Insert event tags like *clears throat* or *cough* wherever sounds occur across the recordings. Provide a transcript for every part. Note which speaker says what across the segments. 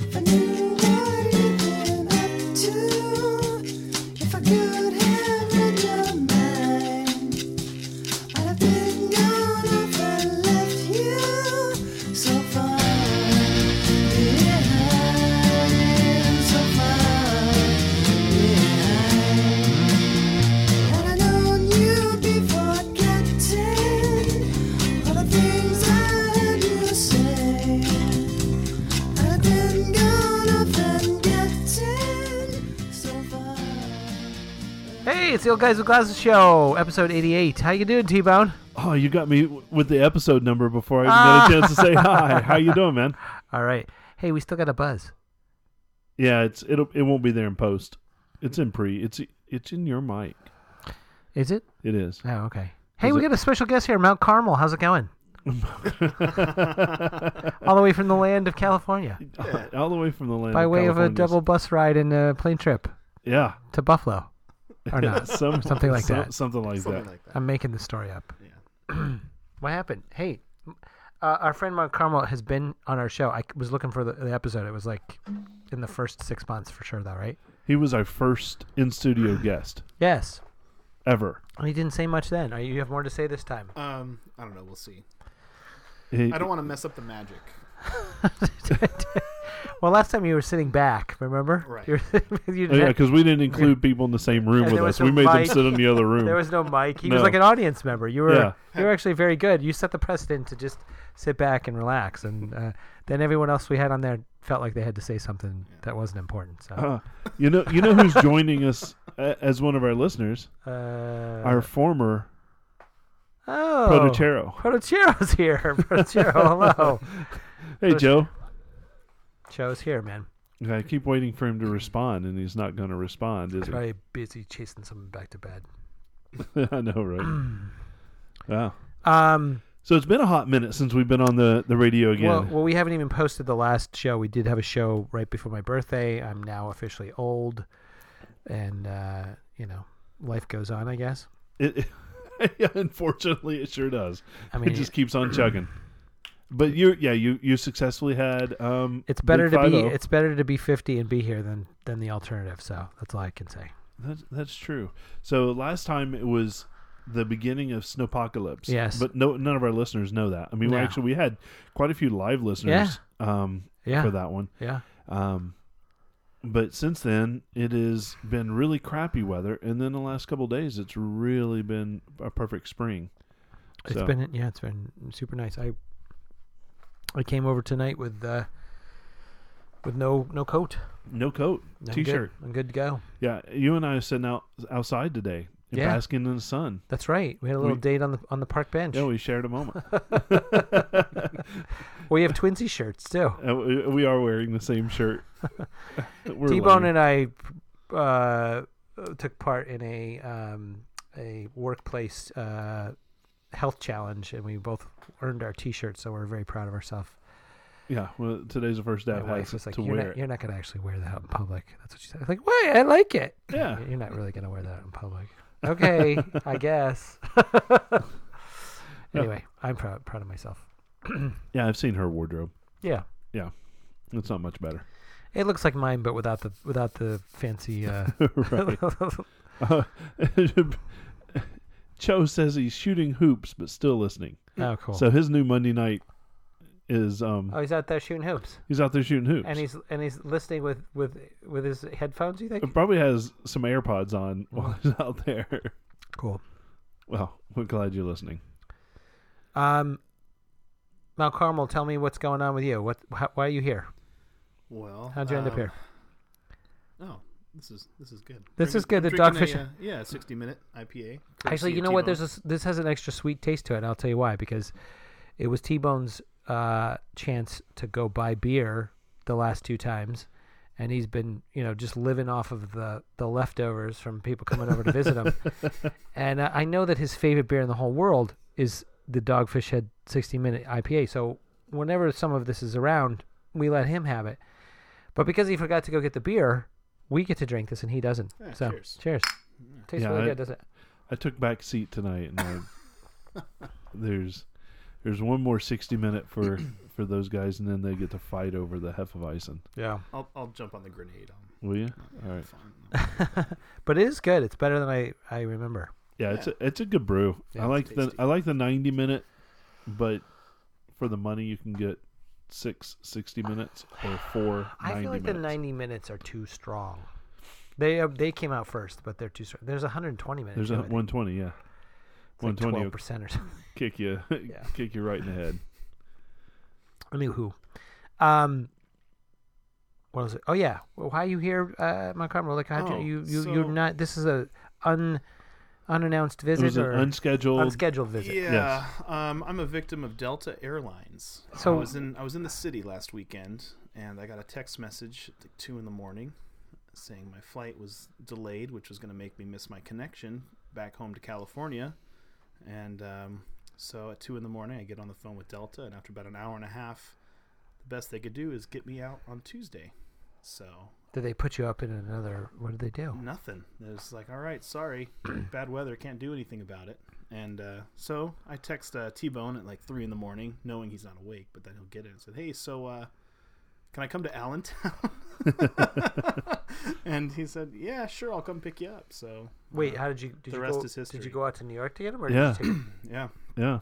Speaker 1: I knew what you'd been up to. If I could have read your mind, I'd have been gone if I left you so far behind, so far behind. Had I known you before getting all the things I heard you say, I'd have been gone off and getting so far.
Speaker 2: Hey, it's the Old Guys with Glasses Show, episode 88. How you doing, T-Bone?
Speaker 3: Oh, you got me w- with the episode number before
Speaker 2: Ah.
Speaker 3: I even got a chance to
Speaker 2: *laughs*
Speaker 3: say hi. How you doing, man?
Speaker 2: All right. Hey, we still got a buzz.
Speaker 3: Yeah, it's it'll it won't be there in post. It's in pre. It's it's in your mic.
Speaker 2: Is it?
Speaker 3: It
Speaker 4: *laughs*
Speaker 3: is.
Speaker 2: Oh, okay. Hey,
Speaker 3: Is
Speaker 2: we
Speaker 3: it-
Speaker 2: got a special guest here, Mount Carmel. How's it *laughs* going? All the way from the land of California,
Speaker 3: All the way from the land
Speaker 2: by
Speaker 3: of
Speaker 2: way of a
Speaker 3: California's-
Speaker 2: double bus ride and a plane trip
Speaker 3: Yeah.
Speaker 2: to Buffalo. Or *laughs* not.
Speaker 3: Some,
Speaker 2: Something like that.
Speaker 3: Something like
Speaker 4: Something
Speaker 3: that.
Speaker 4: like that.
Speaker 2: I'm making the story up. *clears throat* what happened? Hey, uh, our friend Mount Carmel has been on our show. I was looking for the, the episode. It was like in the first six months for sure, though, right?
Speaker 3: He was our first in studio guest
Speaker 2: Yes.
Speaker 3: ever.
Speaker 2: He didn't say much then. Are you you have more to say this time?
Speaker 4: Um, I don't know. We'll see.
Speaker 3: He-
Speaker 4: I don't want to mess up the magic.
Speaker 2: well, last time you were sitting back, remember?
Speaker 4: Right.
Speaker 2: You were- *laughs* you
Speaker 3: Oh, yeah,
Speaker 2: didn't-
Speaker 3: because we didn't include people in the same room
Speaker 2: And
Speaker 3: with
Speaker 2: there
Speaker 3: us.
Speaker 2: was
Speaker 3: We
Speaker 2: a
Speaker 3: made them
Speaker 2: mic.
Speaker 3: sit in the other room.
Speaker 2: there
Speaker 3: *laughs*
Speaker 2: was no mic. He was
Speaker 3: No.
Speaker 2: like an audience member. You were
Speaker 3: Yeah.
Speaker 2: you were actually very good. You set the precedent to just sit back and relax, and uh, then everyone else we had on there felt like they had to say something that wasn't important. So,
Speaker 3: Uh, you know, you know who's joining us a- as one of our listeners?
Speaker 2: uh,
Speaker 3: Our former
Speaker 2: oh,
Speaker 3: prototero.
Speaker 2: Protochero's here. *laughs* Prototero,
Speaker 3: *laughs*
Speaker 2: hello.
Speaker 3: Hey, Joe.
Speaker 2: Joe's here, man.
Speaker 3: I keep waiting for him to respond, and he's not going to respond, is
Speaker 2: Probably busy chasing someone back to bed.
Speaker 3: he? *laughs* I know,
Speaker 2: *clears throat*
Speaker 3: right? wow.
Speaker 2: Um,
Speaker 3: So it's been a hot minute since we've been on the, the radio again.
Speaker 2: Well, well, we haven't even posted the last show. We did have a show right before my birthday. I'm now officially old, and uh, you know, life goes on. I guess.
Speaker 3: It- *laughs* unfortunately, it sure does.
Speaker 2: I mean,
Speaker 3: it just keeps on chugging. But you, yeah, you you successfully had. Um,
Speaker 2: it's better
Speaker 3: Big
Speaker 2: to be
Speaker 3: 50.
Speaker 2: it's better to be 50 and be here than than the alternative. So that's all I can say.
Speaker 3: That's, that's true. So last time it was the beginning of snowpocalypse.
Speaker 2: Yes.
Speaker 3: but no, none of our listeners know that. I mean,
Speaker 2: No.
Speaker 3: we actually, we had quite a few live listeners. Um,
Speaker 2: Yeah.
Speaker 3: for that one.
Speaker 2: Yeah.
Speaker 3: Um, but since then, it has been really crappy weather, and then the last couple of days, it's really been a perfect spring.
Speaker 2: It's
Speaker 3: So-
Speaker 2: been yeah, it's been super nice. I I came over tonight with uh with no no coat.
Speaker 3: No coat,
Speaker 2: I'm good.
Speaker 3: t-shirt.
Speaker 2: I'm good to go.
Speaker 3: Yeah, you and I are sitting out outside today, and
Speaker 2: Yeah.
Speaker 3: basking in the
Speaker 2: *laughs*
Speaker 3: sun.
Speaker 2: That's right. We had a little
Speaker 3: We-
Speaker 2: date on the on the park bench.
Speaker 3: Yeah, we shared a moment.
Speaker 2: we have twinsy shirts too.
Speaker 3: Uh, we we are wearing the
Speaker 2: *laughs*
Speaker 3: same shirt. We're
Speaker 2: T Bone
Speaker 3: lying.
Speaker 2: and I uh, took part in a um, a workplace uh, health challenge, and we both earned our T-shirts, so we're very proud of ourselves.
Speaker 3: yeah. Well, today's the first day
Speaker 2: My
Speaker 3: I've had
Speaker 2: wife was like,
Speaker 3: to
Speaker 2: "You're
Speaker 3: wear
Speaker 2: not,
Speaker 3: it.
Speaker 2: you're not gonna actually wear that out in public." That's what she said. I was like, "Wait, I like it."
Speaker 3: Yeah.
Speaker 2: you're not really gonna wear that out in public. Okay, I
Speaker 3: *laughs*
Speaker 2: guess. anyway, I'm proud proud of myself.
Speaker 3: Yeah, I've seen her wardrobe.
Speaker 2: Yeah,
Speaker 3: Yeah, it's not
Speaker 2: *laughs*
Speaker 3: much better. *laughs*
Speaker 2: it looks like mine, but without the without the fancy.
Speaker 3: *laughs*
Speaker 2: Uh, *laughs* Oh,
Speaker 3: right. Uh, Cho says he's shooting hoops but still listening.
Speaker 2: oh, cool.
Speaker 3: So his new Monday night is um
Speaker 2: oh, he's out there shooting hoops.
Speaker 3: he's out there shooting hoops.
Speaker 2: and he's and he's listening with with with his headphones. You
Speaker 3: He
Speaker 2: think?
Speaker 3: probably has some AirPods on *laughs* while he's out there.
Speaker 2: Cool.
Speaker 3: Well, we're glad you're listening.
Speaker 2: Um, Mount Carmel, tell me what's going on with you. What? How, why are you here?
Speaker 4: Well,
Speaker 2: How'd you end up
Speaker 4: um,
Speaker 2: here?
Speaker 4: Oh, this is this is good.
Speaker 2: This is good, the
Speaker 4: drinking
Speaker 2: Dogfish-
Speaker 4: A, uh, yeah, sixty minute IPA.
Speaker 2: Actually, you know what? There's a, s- this has an extra sweet taste to it. and I'll tell you why. Because it was T Bone's uh, chance to go buy beer the last two times, and he's been you know just living off of the the leftovers from people coming over to visit *laughs* him. And uh, I know that his favorite beer in the whole world is the Dogfish Head 60 Minute IPA. So whenever some of this is around, we let him have it. But because he forgot to go get the beer, we get to drink this and he doesn't.
Speaker 4: Yeah,
Speaker 2: so cheers. Mm-hmm.
Speaker 4: cheers.
Speaker 2: Tastes
Speaker 3: Yeah,
Speaker 2: really
Speaker 3: I-
Speaker 2: good, doesn't it? *laughs*
Speaker 3: I took back seat tonight and I, there's There's one more 60 minute
Speaker 2: *coughs*
Speaker 3: for for those guys, and then they get to fight over the Hefeweizen.
Speaker 2: Yeah.
Speaker 4: I'll, I'll jump on the grenade. I'm
Speaker 3: Will you? All right.
Speaker 4: fine.
Speaker 2: But it is good. It's better than I, I remember.
Speaker 3: Yeah, it's a, it's a good brew.
Speaker 2: Yeah,
Speaker 3: I
Speaker 4: it's
Speaker 3: like the
Speaker 4: tasty.
Speaker 3: I like the 90 minute, but for the money you can get six 60 minutes or four 90
Speaker 2: I feel like
Speaker 3: minutes.
Speaker 2: the 90 minutes are too strong. They are, they came out first, but they're too strong. There's 120 minutes.
Speaker 3: There's a
Speaker 2: too, I think.
Speaker 3: 120, yeah.
Speaker 2: It's like
Speaker 3: 120 will
Speaker 2: 12% or something.
Speaker 3: kick you *laughs*
Speaker 2: Yeah.
Speaker 3: kick you right in the head.
Speaker 2: Anywho. Um, what was it? Oh, yeah. Well, why are you here, uh, Montgomery? Like, how'd
Speaker 4: Oh,
Speaker 2: you, you, you,
Speaker 4: so-
Speaker 2: you're not, this is a un, unannounced
Speaker 3: It
Speaker 2: visit
Speaker 3: was an
Speaker 2: or
Speaker 3: unscheduled
Speaker 2: unscheduled visit.
Speaker 4: Yeah,
Speaker 3: Yes.
Speaker 4: um, I'm a victim of Delta Airlines.
Speaker 2: So-
Speaker 4: I was in I was in the city last weekend, and I got a text message at like two in the morning, saying my flight was delayed, which was going to make me miss my connection back home to California. And um, so at two in the morning, I get on the phone with Delta, and after about an hour and a half, the best they could do is get me out on Tuesday. So
Speaker 2: Did they put you up in another? What did they do?
Speaker 4: Nothing. It was like, all right, sorry, *clears throat* bad weather, can't do anything about it. And uh, so I text uh, T Bone at like three in the morning, knowing he's not awake, but then he'll get it and said, hey, so uh, can I come to Allentown? *laughs* and he said, yeah, sure, I'll come pick you up. So uh,
Speaker 2: Wait, how did you? Did
Speaker 4: The
Speaker 2: you
Speaker 4: rest
Speaker 2: go,
Speaker 4: is
Speaker 2: Did
Speaker 4: history.
Speaker 2: you go out to New York to get him, or
Speaker 3: Yeah.
Speaker 2: did you take,
Speaker 4: yeah,
Speaker 3: yeah.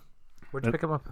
Speaker 2: where'd you pick him up?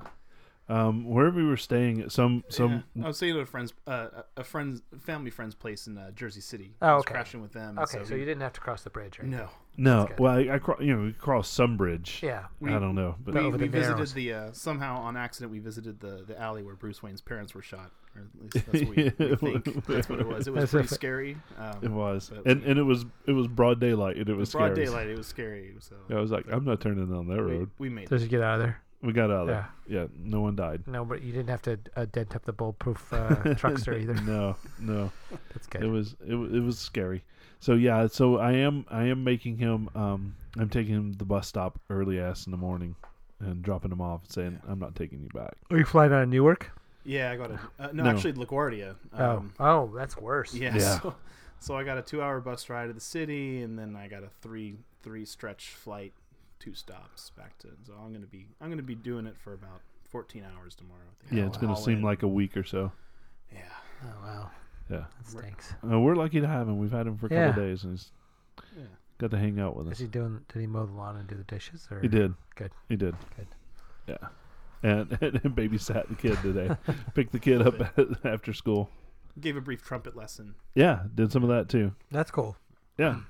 Speaker 3: Um wherever we were staying at some some
Speaker 4: yeah. I was staying at a friend's, uh, a friend's, family friend's place in uh, Jersey City.
Speaker 2: Oh,
Speaker 4: I was
Speaker 2: okay.
Speaker 4: crashing with them.
Speaker 2: Okay, so,
Speaker 4: he-
Speaker 2: you didn't have to cross the bridge, right?
Speaker 4: no,
Speaker 3: no,
Speaker 2: That's good.
Speaker 3: well I, I cro- you know, we crossed some bridge.
Speaker 2: Yeah.
Speaker 4: We-
Speaker 3: I don't know, but
Speaker 4: we,
Speaker 2: over
Speaker 4: we
Speaker 2: the
Speaker 4: visited
Speaker 2: barrels.
Speaker 4: the uh, somehow on accident we visited the the alley where Bruce Wayne's parents were shot. Or at least that's what we,
Speaker 3: *laughs*
Speaker 4: we think. That's what it was. It was
Speaker 2: That's
Speaker 4: pretty
Speaker 2: a-
Speaker 4: scary. Um,
Speaker 3: it was,
Speaker 4: but-
Speaker 3: and and it was it was broad daylight, and it was
Speaker 4: broad
Speaker 3: scary.
Speaker 4: daylight. It was scary. So
Speaker 3: Yeah, I was like, I'm not turning down that
Speaker 4: we,
Speaker 3: road.
Speaker 4: we made
Speaker 2: So
Speaker 4: it.
Speaker 2: did you get out of there?
Speaker 3: We got out of there. Yeah, no one died.
Speaker 2: No, but you didn't have to uh, dent up the bulletproof *laughs* uh, truckster either.
Speaker 3: no, no,
Speaker 2: That's
Speaker 3: it
Speaker 2: good.
Speaker 3: was it, wa- it was scary. So yeah, so I am I am making him. Um, I'm taking him to the bus stop early ass in the morning, and dropping him off, saying I'm not taking you back.
Speaker 2: Are you flying out of Newark?
Speaker 4: Yeah, I got a uh, no,
Speaker 3: No.
Speaker 4: Actually, LaGuardia. Um,
Speaker 2: oh, oh, that's worse.
Speaker 4: Yeah.
Speaker 3: Yeah.
Speaker 4: So, so I got a two hour bus ride to the city, and then I got a three three stretch flight, two stops back to. So I'm gonna be I'm gonna be doing it for about 14 hours tomorrow. I think.
Speaker 3: Yeah, it's gonna
Speaker 4: All
Speaker 3: seem
Speaker 4: in.
Speaker 3: like a week or so.
Speaker 4: yeah.
Speaker 2: Oh wow,
Speaker 3: Yeah,
Speaker 2: that stinks.
Speaker 3: uh, we're lucky to have him. We've had him for a couple
Speaker 2: Yeah.
Speaker 3: days, and he's
Speaker 4: Yeah.
Speaker 3: got to hang out with
Speaker 2: Is
Speaker 3: us.
Speaker 2: he doing? Did he mow the lawn and do the dishes? Or
Speaker 3: He did.
Speaker 2: Good.
Speaker 3: He did.
Speaker 2: Good.
Speaker 3: Yeah. And, *laughs* and babysat the kid
Speaker 2: *laughs*
Speaker 3: today. Picked the kid up *laughs* after school.
Speaker 4: Gave a brief trumpet lesson.
Speaker 3: Yeah, did some of that too.
Speaker 2: That's cool.
Speaker 3: Yeah.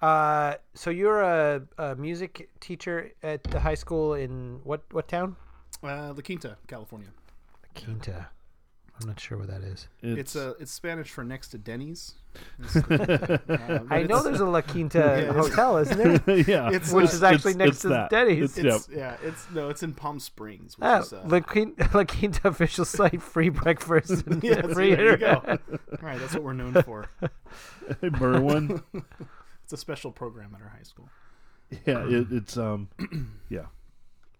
Speaker 2: Uh, so you're a, a music teacher at the high school in what what town?
Speaker 4: Uh, La Quinta, California.
Speaker 2: Quinta. I'm not sure what that is.
Speaker 3: *laughs*
Speaker 4: It's uh, it's Spanish for next to Denny's.
Speaker 3: yeah.
Speaker 4: Um,
Speaker 2: I
Speaker 4: but
Speaker 2: know
Speaker 4: it's-
Speaker 2: there's a La Quinta
Speaker 4: it's-
Speaker 2: hotel, isn't there?
Speaker 4: It's,
Speaker 2: Which
Speaker 4: uh,
Speaker 2: is actually
Speaker 3: it's-
Speaker 2: next
Speaker 3: it's
Speaker 2: to
Speaker 3: that.
Speaker 2: Denny's.
Speaker 4: *laughs* It's, yeah, it's no, it's in Palm Springs. Which
Speaker 2: Oh,
Speaker 4: is, uh,
Speaker 2: La, Quinta, *laughs* La Quinta official site, free breakfast *laughs* and
Speaker 4: yeah, see,
Speaker 2: free
Speaker 4: there you go.
Speaker 2: internet.
Speaker 4: All right, that's what we're known
Speaker 2: *laughs*
Speaker 4: for.
Speaker 3: *laughs* Merwin.
Speaker 4: It's a special program at our high school.
Speaker 3: Yeah, it, it's um *clears throat* yeah.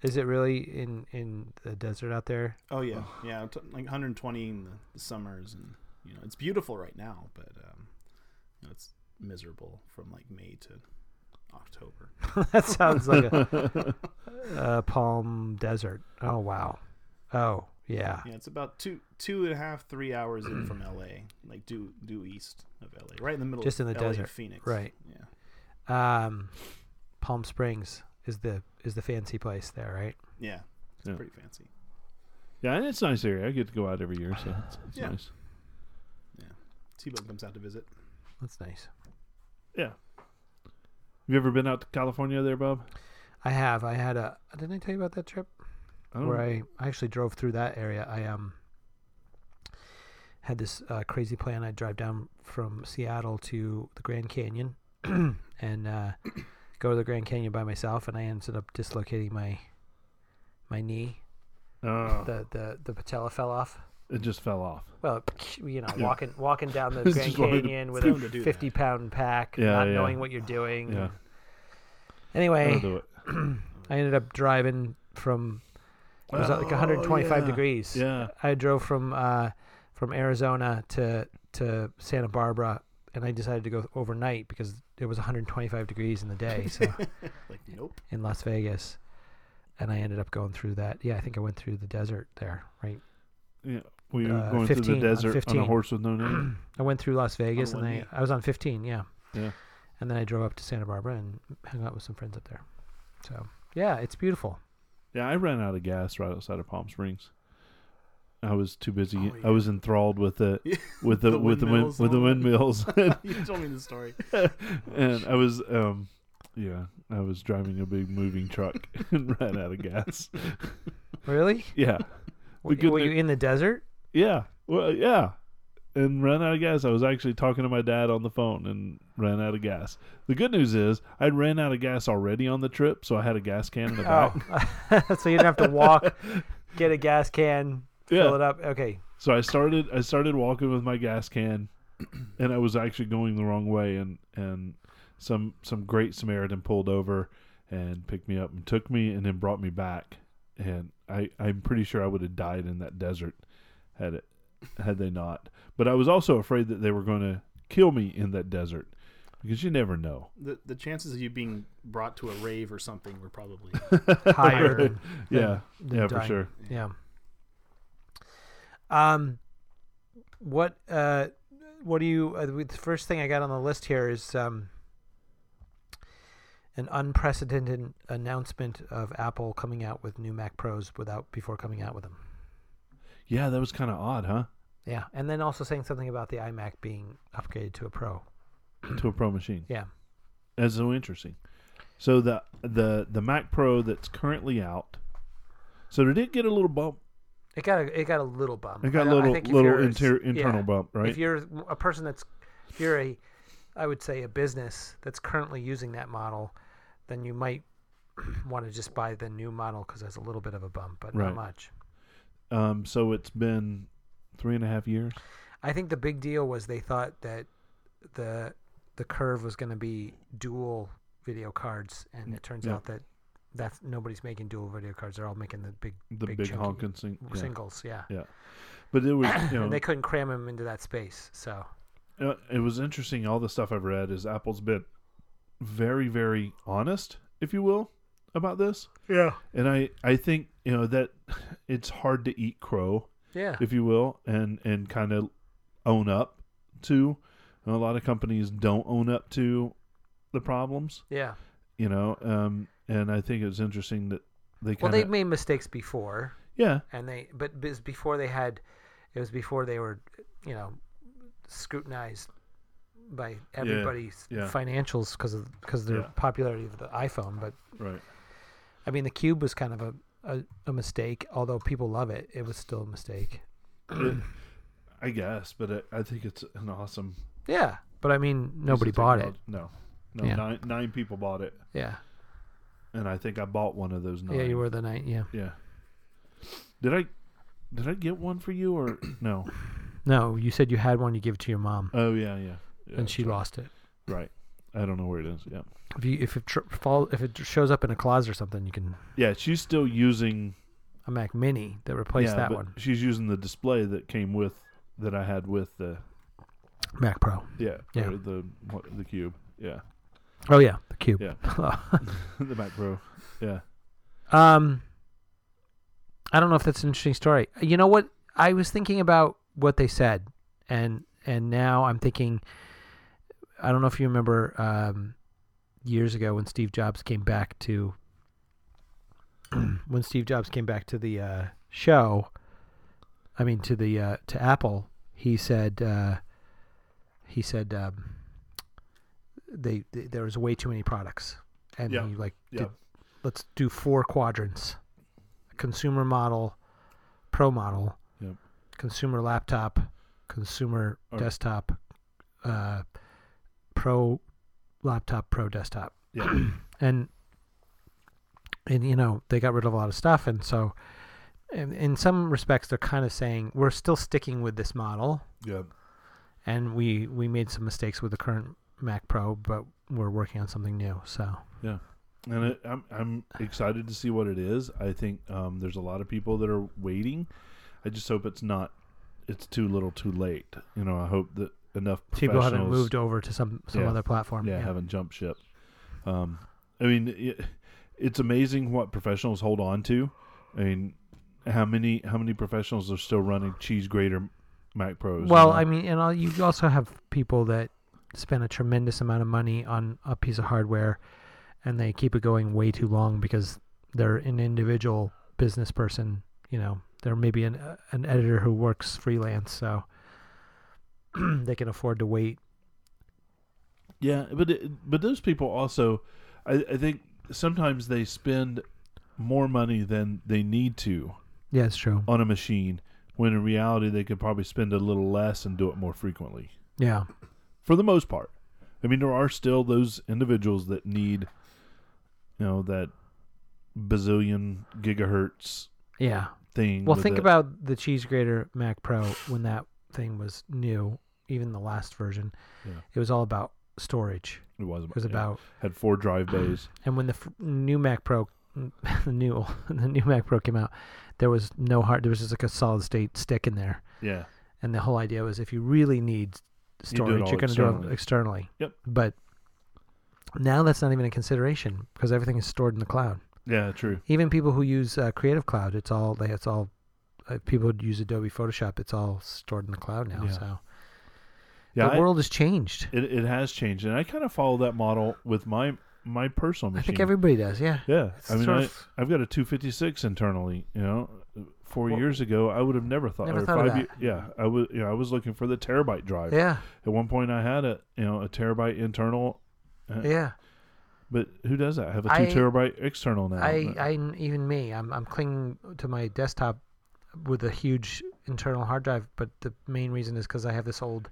Speaker 2: Is it really in, in the desert out there? *laughs*
Speaker 4: Oh yeah, yeah, t- like 120 in the, the summers, and you know it's beautiful right now, but um, you know, it's miserable from like May to October.
Speaker 2: that sounds like a, a palm desert. Oh, wow. Oh, yeah.
Speaker 4: Yeah, it's about two, two and a half, three hours in from L.A., like due due east of L.A., right in the middle,
Speaker 2: Just
Speaker 4: of
Speaker 2: in the
Speaker 4: LA,
Speaker 2: desert,
Speaker 4: Phoenix,
Speaker 2: right.
Speaker 4: Yeah.
Speaker 2: Um, Palm Springs is the is the fancy place there, right?
Speaker 4: Yeah. It's
Speaker 3: Yeah.
Speaker 4: pretty fancy.
Speaker 3: Yeah, and it's a nice area. I get to go out every year, so it's, it's
Speaker 4: Yeah.
Speaker 3: nice.
Speaker 4: T Bone comes out to visit.
Speaker 2: That's nice.
Speaker 3: Yeah. Have you ever been out to California there, Bob?
Speaker 2: I have. I had a. Didn't I tell you about that trip?
Speaker 3: I don't
Speaker 2: where I, I actually drove through that area. I um had this uh, crazy plan. I'd drive down from Seattle to the Grand Canyon *clears throat* and uh, go to the Grand Canyon by myself, and I ended up dislocating my my knee.
Speaker 3: Oh,
Speaker 2: The the, the patella fell off.
Speaker 3: it just fell off.
Speaker 2: Well, you know, walking walking down
Speaker 3: *laughs*
Speaker 2: the
Speaker 3: This
Speaker 2: Grand
Speaker 3: is why the-
Speaker 2: Canyon with
Speaker 3: *laughs*
Speaker 4: Prone to do
Speaker 2: a
Speaker 4: that.
Speaker 2: fifty pound pack,
Speaker 3: Yeah,
Speaker 2: not
Speaker 3: yeah.
Speaker 2: knowing what you're doing.
Speaker 3: Yeah. I'll
Speaker 2: Anyway,
Speaker 3: do it.
Speaker 2: I ended up driving from it was like
Speaker 3: Oh,
Speaker 2: 125
Speaker 3: yeah.
Speaker 2: degrees.
Speaker 3: Yeah.
Speaker 2: I drove from uh, from Arizona to to Santa Barbara, and I decided to go overnight
Speaker 3: *laughs*
Speaker 4: *laughs*
Speaker 2: because it was 125 degrees in the day, so
Speaker 4: Like, nope. *laughs*
Speaker 2: in Las Vegas. and I ended up going through that. Yeah, I think I went through the desert there, right?
Speaker 3: Yeah, we were
Speaker 2: Uh,
Speaker 3: going through
Speaker 2: 15,
Speaker 3: the
Speaker 2: on
Speaker 3: desert on, a
Speaker 2: 15.
Speaker 3: horse with no name.
Speaker 2: *clears throat* I went through Las Vegas
Speaker 4: On
Speaker 2: and
Speaker 4: one
Speaker 2: I,
Speaker 4: knee.
Speaker 2: I was on 15, yeah.
Speaker 3: Yeah.
Speaker 2: And then I drove up to Santa Barbara and hung out with some friends up there. So, yeah, it's beautiful.
Speaker 3: yeah, I ran out of gas right outside of Palm Springs. I was too busy.
Speaker 4: Oh,
Speaker 3: I was enthralled with the
Speaker 4: *laughs* Yeah,
Speaker 3: with the,
Speaker 4: the
Speaker 3: with the win,
Speaker 4: windmills
Speaker 3: with the
Speaker 4: and
Speaker 3: windmills,
Speaker 4: *laughs*
Speaker 3: *laughs*
Speaker 4: you told me the story.
Speaker 3: and I was um, yeah, I was driving a big moving truck *laughs* and ran out of gas. *laughs*
Speaker 2: Really?
Speaker 3: Yeah,
Speaker 2: Were,
Speaker 3: good
Speaker 2: were
Speaker 3: thing-
Speaker 2: you in the desert?
Speaker 3: yeah, well, yeah, and ran out of gas. I was actually talking to my dad on the phone and ran out of gas. The good news is I ran out of gas already on the trip, so I had a gas can in the back. *laughs*
Speaker 2: Oh, *laughs* so you didn't have to walk, get a gas can,
Speaker 3: Yeah.
Speaker 2: fill it up. Okay.
Speaker 3: So I started I started walking with my gas can *clears throat* and I was actually going the wrong way and and some some great Samaritan pulled over and picked me up and took me and then brought me back and I I'm pretty sure I would have died in that desert had it had they not. But I was also afraid that they were going to kill me in that desert because you never know.
Speaker 4: The, the chances of you being brought to a rave or something were probably
Speaker 2: Higher.
Speaker 3: *laughs*
Speaker 2: than-
Speaker 3: Yeah.
Speaker 2: than
Speaker 3: yeah, for
Speaker 2: dying.
Speaker 3: sure.
Speaker 2: Yeah. Um, what uh, what do you? Uh, the first thing I got on the list here is um, an unprecedented announcement of Apple coming out with new Mac Pros without before coming out with them.
Speaker 3: Yeah, that was kind of odd, huh?
Speaker 2: Yeah, and then also saying something about the iMac being upgraded to a Pro.
Speaker 3: to a pro machine.
Speaker 2: Yeah.
Speaker 3: That's so interesting. So the the the Mac Pro that's currently out. So they did get a little bump.
Speaker 2: It got a, it got a little bump.
Speaker 3: It got
Speaker 2: I
Speaker 3: a
Speaker 2: don't- I
Speaker 3: little
Speaker 2: think if
Speaker 3: little
Speaker 2: you're a s-
Speaker 3: inter,
Speaker 2: yeah.
Speaker 3: internal bump, right?
Speaker 2: If you're a person that's, if you're a, I would say a business that's currently using that model, then you might *clears throat* want to just buy the new model because there's a little bit of a bump, but
Speaker 3: Right.
Speaker 2: not much.
Speaker 3: Um, so it's been three and a half years.
Speaker 2: I think the big deal was they thought that the the curve was going to be dual video cards, and it turns
Speaker 3: yeah.
Speaker 2: out that that's nobody's making dual video cards. They're all making the big
Speaker 3: The
Speaker 2: big,
Speaker 3: big,
Speaker 2: chunky
Speaker 3: honking sing, yeah.
Speaker 2: singles, yeah.
Speaker 3: But it
Speaker 2: *coughs*
Speaker 3: was you know
Speaker 2: And they couldn't cram them into that space, so
Speaker 3: Uh, it was interesting. All the stuff I've read is Apple's been very, very honest, if you will, about this.
Speaker 2: yeah,
Speaker 3: And I, I think you know that *laughs* it's hard to eat crow
Speaker 2: yeah.
Speaker 3: if you will, and and kind of own up to. And a lot of companies don't own up to the problems,
Speaker 2: Yeah.
Speaker 3: you know. Um, and I think it was interesting that they
Speaker 2: Well,
Speaker 3: kind
Speaker 2: they've
Speaker 3: of
Speaker 2: made mistakes before.
Speaker 3: yeah
Speaker 2: and they but biz- before they had it was before they were you know scrutinized by everybody's
Speaker 3: yeah.
Speaker 2: financials because of because of their
Speaker 3: Yeah.
Speaker 2: popularity of the iPhone but
Speaker 3: right
Speaker 2: I mean the cube was kind of a, a, a mistake although people love it it was still a mistake
Speaker 3: I guess, but I, I think it's an awesome. piece
Speaker 2: yeah but I mean
Speaker 3: of
Speaker 2: nobody bought it
Speaker 3: technology. No, no,
Speaker 2: Yeah.
Speaker 3: nine nine people bought it,
Speaker 2: yeah
Speaker 3: and I think I bought one of those nine.
Speaker 2: yeah you were the night yeah
Speaker 3: Yeah. Did I? Did I get one for you or *clears throat* no?
Speaker 2: no you said you had one you give it to your mom
Speaker 3: Oh yeah, yeah. yeah
Speaker 2: and she
Speaker 3: that's
Speaker 2: lost it
Speaker 3: right. right. I don't know where it is. Yeah.
Speaker 2: if you if it tr- fall if it tr- shows up in a closet or something you can
Speaker 3: Yeah, she's still using
Speaker 2: a Mac Mini that replaced that
Speaker 3: but
Speaker 2: one
Speaker 3: She's using the display that came with that I had with the
Speaker 2: Mac Pro
Speaker 3: yeah,
Speaker 2: Yeah.
Speaker 3: or the what, the cube. Yeah.
Speaker 2: oh yeah the cube *laughs*
Speaker 3: Yeah. *laughs* the Mac Pro. Yeah.
Speaker 2: Um, I don't know if that's an interesting story. You know what? I was thinking about what they said, and and now I'm thinking. I don't know if you remember um, years ago when Steve Jobs came back to *clears throat* when Steve Jobs came back to the uh, show. I mean, to the uh, to Apple, he said uh, he said um, they, th there was way too many products, and
Speaker 3: Yeah.
Speaker 2: he like
Speaker 3: Yeah.
Speaker 2: did let's do four quadrants consumer model pro model
Speaker 3: Yep.
Speaker 2: consumer laptop consumer
Speaker 3: Or-
Speaker 2: desktop uh, pro laptop pro desktop
Speaker 3: Yeah.
Speaker 2: and and you know they got rid of a lot of stuff and so in, in some respects they're kind of saying we're still sticking with this model
Speaker 3: yeah.
Speaker 2: and we we made some mistakes with the current mac pro but we're working on something new so
Speaker 3: And it, I'm I'm excited to see what it is. I think um, there's a lot of people that are waiting. I just hope it's not it's too little, too late. You know, I hope that enough
Speaker 2: people
Speaker 3: professionals
Speaker 2: haven't moved over to some some
Speaker 3: Yeah.
Speaker 2: other platform
Speaker 3: yeah, haven't jumped ship. Um, I mean, it, it's amazing what professionals hold on to. I mean, how many how many professionals are still running cheese grater Mac Pros?
Speaker 2: Well, I mean, and all, you also have people that spend a tremendous amount of money on a piece of hardware, and they keep it going way too long because they're an individual business person. You know, they're maybe an uh, an editor who works freelance, so *clears throat* they can afford to wait.
Speaker 3: Yeah, but it, but those people also, I, I think sometimes they spend more money than they need to
Speaker 2: Yeah, it's true.
Speaker 3: on a machine when in reality they could probably spend a little less and do it more frequently
Speaker 2: Yeah,
Speaker 3: for the most part. I mean, there are still those individuals that need, you know, that bazillion gigahertz
Speaker 2: yeah.
Speaker 3: thing.
Speaker 2: Well,
Speaker 3: with
Speaker 2: think
Speaker 3: it.
Speaker 2: about the cheese grater Mac Pro when that thing was new, even the last version.
Speaker 3: Yeah.
Speaker 2: It was all about storage.
Speaker 3: it was,
Speaker 2: It was
Speaker 3: yeah.
Speaker 2: about
Speaker 3: had four
Speaker 2: *clears throat*
Speaker 3: drive bays.
Speaker 2: And when the f- new Mac Pro, *laughs* the new *laughs* the new Mac Pro came out, there was no hard. There was just like a solid state stick in there,
Speaker 3: yeah,
Speaker 2: and the whole idea was if you really need
Speaker 3: You do it
Speaker 2: storage,
Speaker 3: all
Speaker 2: you're going to do it
Speaker 3: externally.
Speaker 2: externally.
Speaker 3: Yep.
Speaker 2: But now that's not even a consideration because everything is stored in the cloud.
Speaker 3: yeah, true.
Speaker 2: Even people who use uh, Creative Cloud, it's all they. It's all uh, people who use Adobe Photoshop. It's all stored in the cloud now.
Speaker 3: Yeah.
Speaker 2: So
Speaker 3: Yeah,
Speaker 2: the
Speaker 3: I-
Speaker 2: world has changed.
Speaker 3: it, it has changed, and I kind of follow that model with my my personal
Speaker 2: I
Speaker 3: machine.
Speaker 2: think everybody does. Yeah.
Speaker 3: yeah,
Speaker 2: It's
Speaker 3: I mean,
Speaker 2: sort
Speaker 3: I,
Speaker 2: of-
Speaker 3: I've got a 256 internally. You know, four
Speaker 2: Well-
Speaker 3: years ago, I would have never thought.
Speaker 2: Never
Speaker 3: or
Speaker 2: thought of
Speaker 3: five
Speaker 2: that.
Speaker 3: ye- yeah, I was. You know, I was looking for the terabyte drive.
Speaker 2: Yeah.
Speaker 3: At one point, I had a you know a terabyte internal, uh,
Speaker 2: Yeah.
Speaker 3: but who does that? I have a two
Speaker 2: I-
Speaker 3: terabyte external now.
Speaker 2: I, I even me, I'm I'm clinging to my desktop with a huge internal hard drive, but the main reason is because I have this old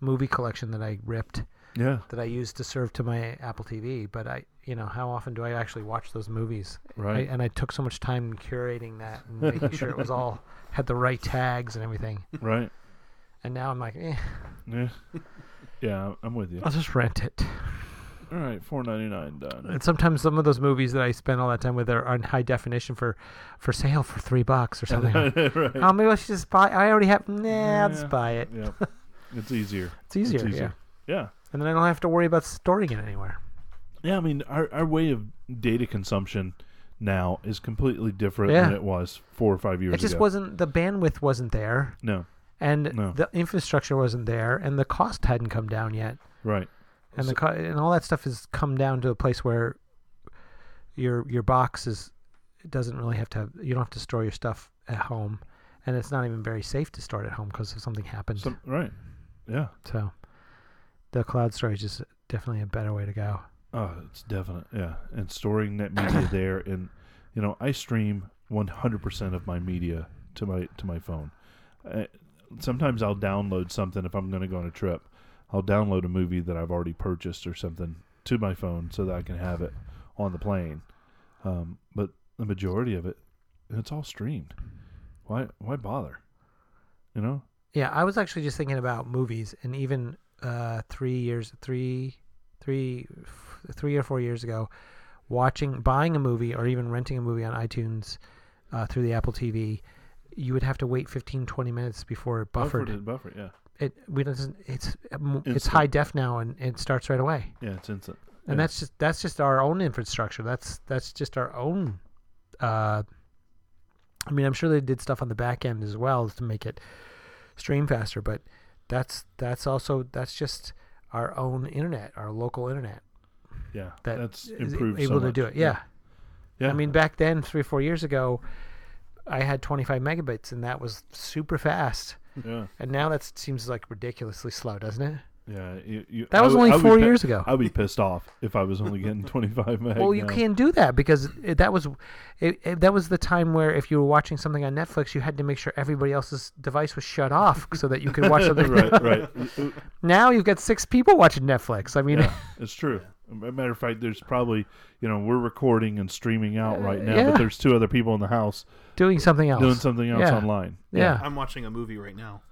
Speaker 2: movie collection that I ripped
Speaker 3: yeah,
Speaker 2: that I used to serve to my Apple TV. But I, you know, how often do I actually watch those movies?
Speaker 3: right.
Speaker 2: I, and I took so much time curating that and making sure it was all had the right tags and everything.
Speaker 3: right.
Speaker 2: And now I'm like, eh,
Speaker 3: Yeah. *laughs* yeah, I'm with you.
Speaker 2: I'll just rent it.
Speaker 3: All right, four ninety nine done. *laughs*
Speaker 2: And sometimes some of those movies that I spend all that time with are on high definition for, for sale for three bucks or something.
Speaker 3: right.
Speaker 2: Oh, maybe I should just buy. I already have. Nah, I'll
Speaker 3: Yeah.
Speaker 2: just buy it.
Speaker 3: yeah, it's easier.
Speaker 2: It's easier.
Speaker 3: It's easier. Yeah.
Speaker 2: Yeah, and then I don't have to worry about storing it anywhere.
Speaker 3: Yeah, I mean, our, our way of data consumption now is completely different
Speaker 2: Yeah.
Speaker 3: than it was four or five years
Speaker 2: it just
Speaker 3: ago.
Speaker 2: wasn't the bandwidth wasn't there,
Speaker 3: no,
Speaker 2: and
Speaker 3: No.
Speaker 2: the infrastructure wasn't there, and the cost hadn't come down yet,
Speaker 3: right.
Speaker 2: and
Speaker 4: So-
Speaker 2: the co- and all that stuff has come down to a place where your your box is it doesn't really have to. Have, you don't have to store your stuff at home, and it's not even very safe to store it at home because if something happens,
Speaker 3: Some, right. Yeah.
Speaker 2: so the cloud storage is definitely a better way to go.
Speaker 3: Oh, it's definite. Yeah. And storing that
Speaker 2: *coughs*
Speaker 3: media there. And, you know, I stream 100% of my media to my to my phone. I, sometimes I'll download something if I'm going to go on a trip. I'll download a movie that I've already purchased or something to my phone so that I can have it on the plane. Um, but the majority of it, it's all streamed. Why why bother? You know?
Speaker 2: Yeah, I was actually just thinking about movies, and even uh, three years, three, three, f- three or four years ago, watching, buying a movie, or even renting a movie on iTunes uh, through the Apple TV, you would have to wait 15, 20 minutes before it buffered.
Speaker 3: Buffered, buffered, yeah.
Speaker 2: It, we doesn't. It's um, it's
Speaker 3: Instant.
Speaker 2: high def now, and it starts right away.
Speaker 3: Yeah, it's instant.
Speaker 2: And
Speaker 3: Yeah.
Speaker 2: that's just that's just our own infrastructure. That's that's just our own. Uh, I mean, I'm sure they did stuff on the back end as well to make it stream faster, but that's that's also that's just our own internet, our local internet
Speaker 3: Yeah.
Speaker 2: that
Speaker 3: that's
Speaker 2: is
Speaker 3: improved. so
Speaker 2: able to
Speaker 3: much.
Speaker 2: do it. Yeah.
Speaker 3: Yeah.
Speaker 2: I mean, back then, three or four years ago, I had 25 megabits, and that was super fast.
Speaker 3: yeah.
Speaker 2: And now that seems like ridiculously slow, doesn't it?
Speaker 3: Yeah, you, you,
Speaker 2: That was
Speaker 3: would-
Speaker 2: only
Speaker 3: would
Speaker 2: four
Speaker 3: be
Speaker 2: years ago.
Speaker 3: I'd be pissed off if I was only getting *laughs* twenty five meg.
Speaker 2: Well, you
Speaker 3: now.
Speaker 2: can't do that because it, that was it, it- that was the time where if you were watching something on Netflix, you had to make sure everybody else's device was shut off so that you
Speaker 3: *laughs*
Speaker 2: could watch something.
Speaker 3: right, right. It-
Speaker 2: *laughs* Now you've got six people watching Netflix. I mean,
Speaker 3: Yeah, it's true. A matter of fact, there's probably you know we're recording and streaming out right now,
Speaker 2: Uh, yeah.
Speaker 3: but there's two other people in the house
Speaker 2: doing something else.
Speaker 3: doing something else
Speaker 2: Yeah.
Speaker 3: online.
Speaker 2: yeah.
Speaker 4: I'm watching a movie right now.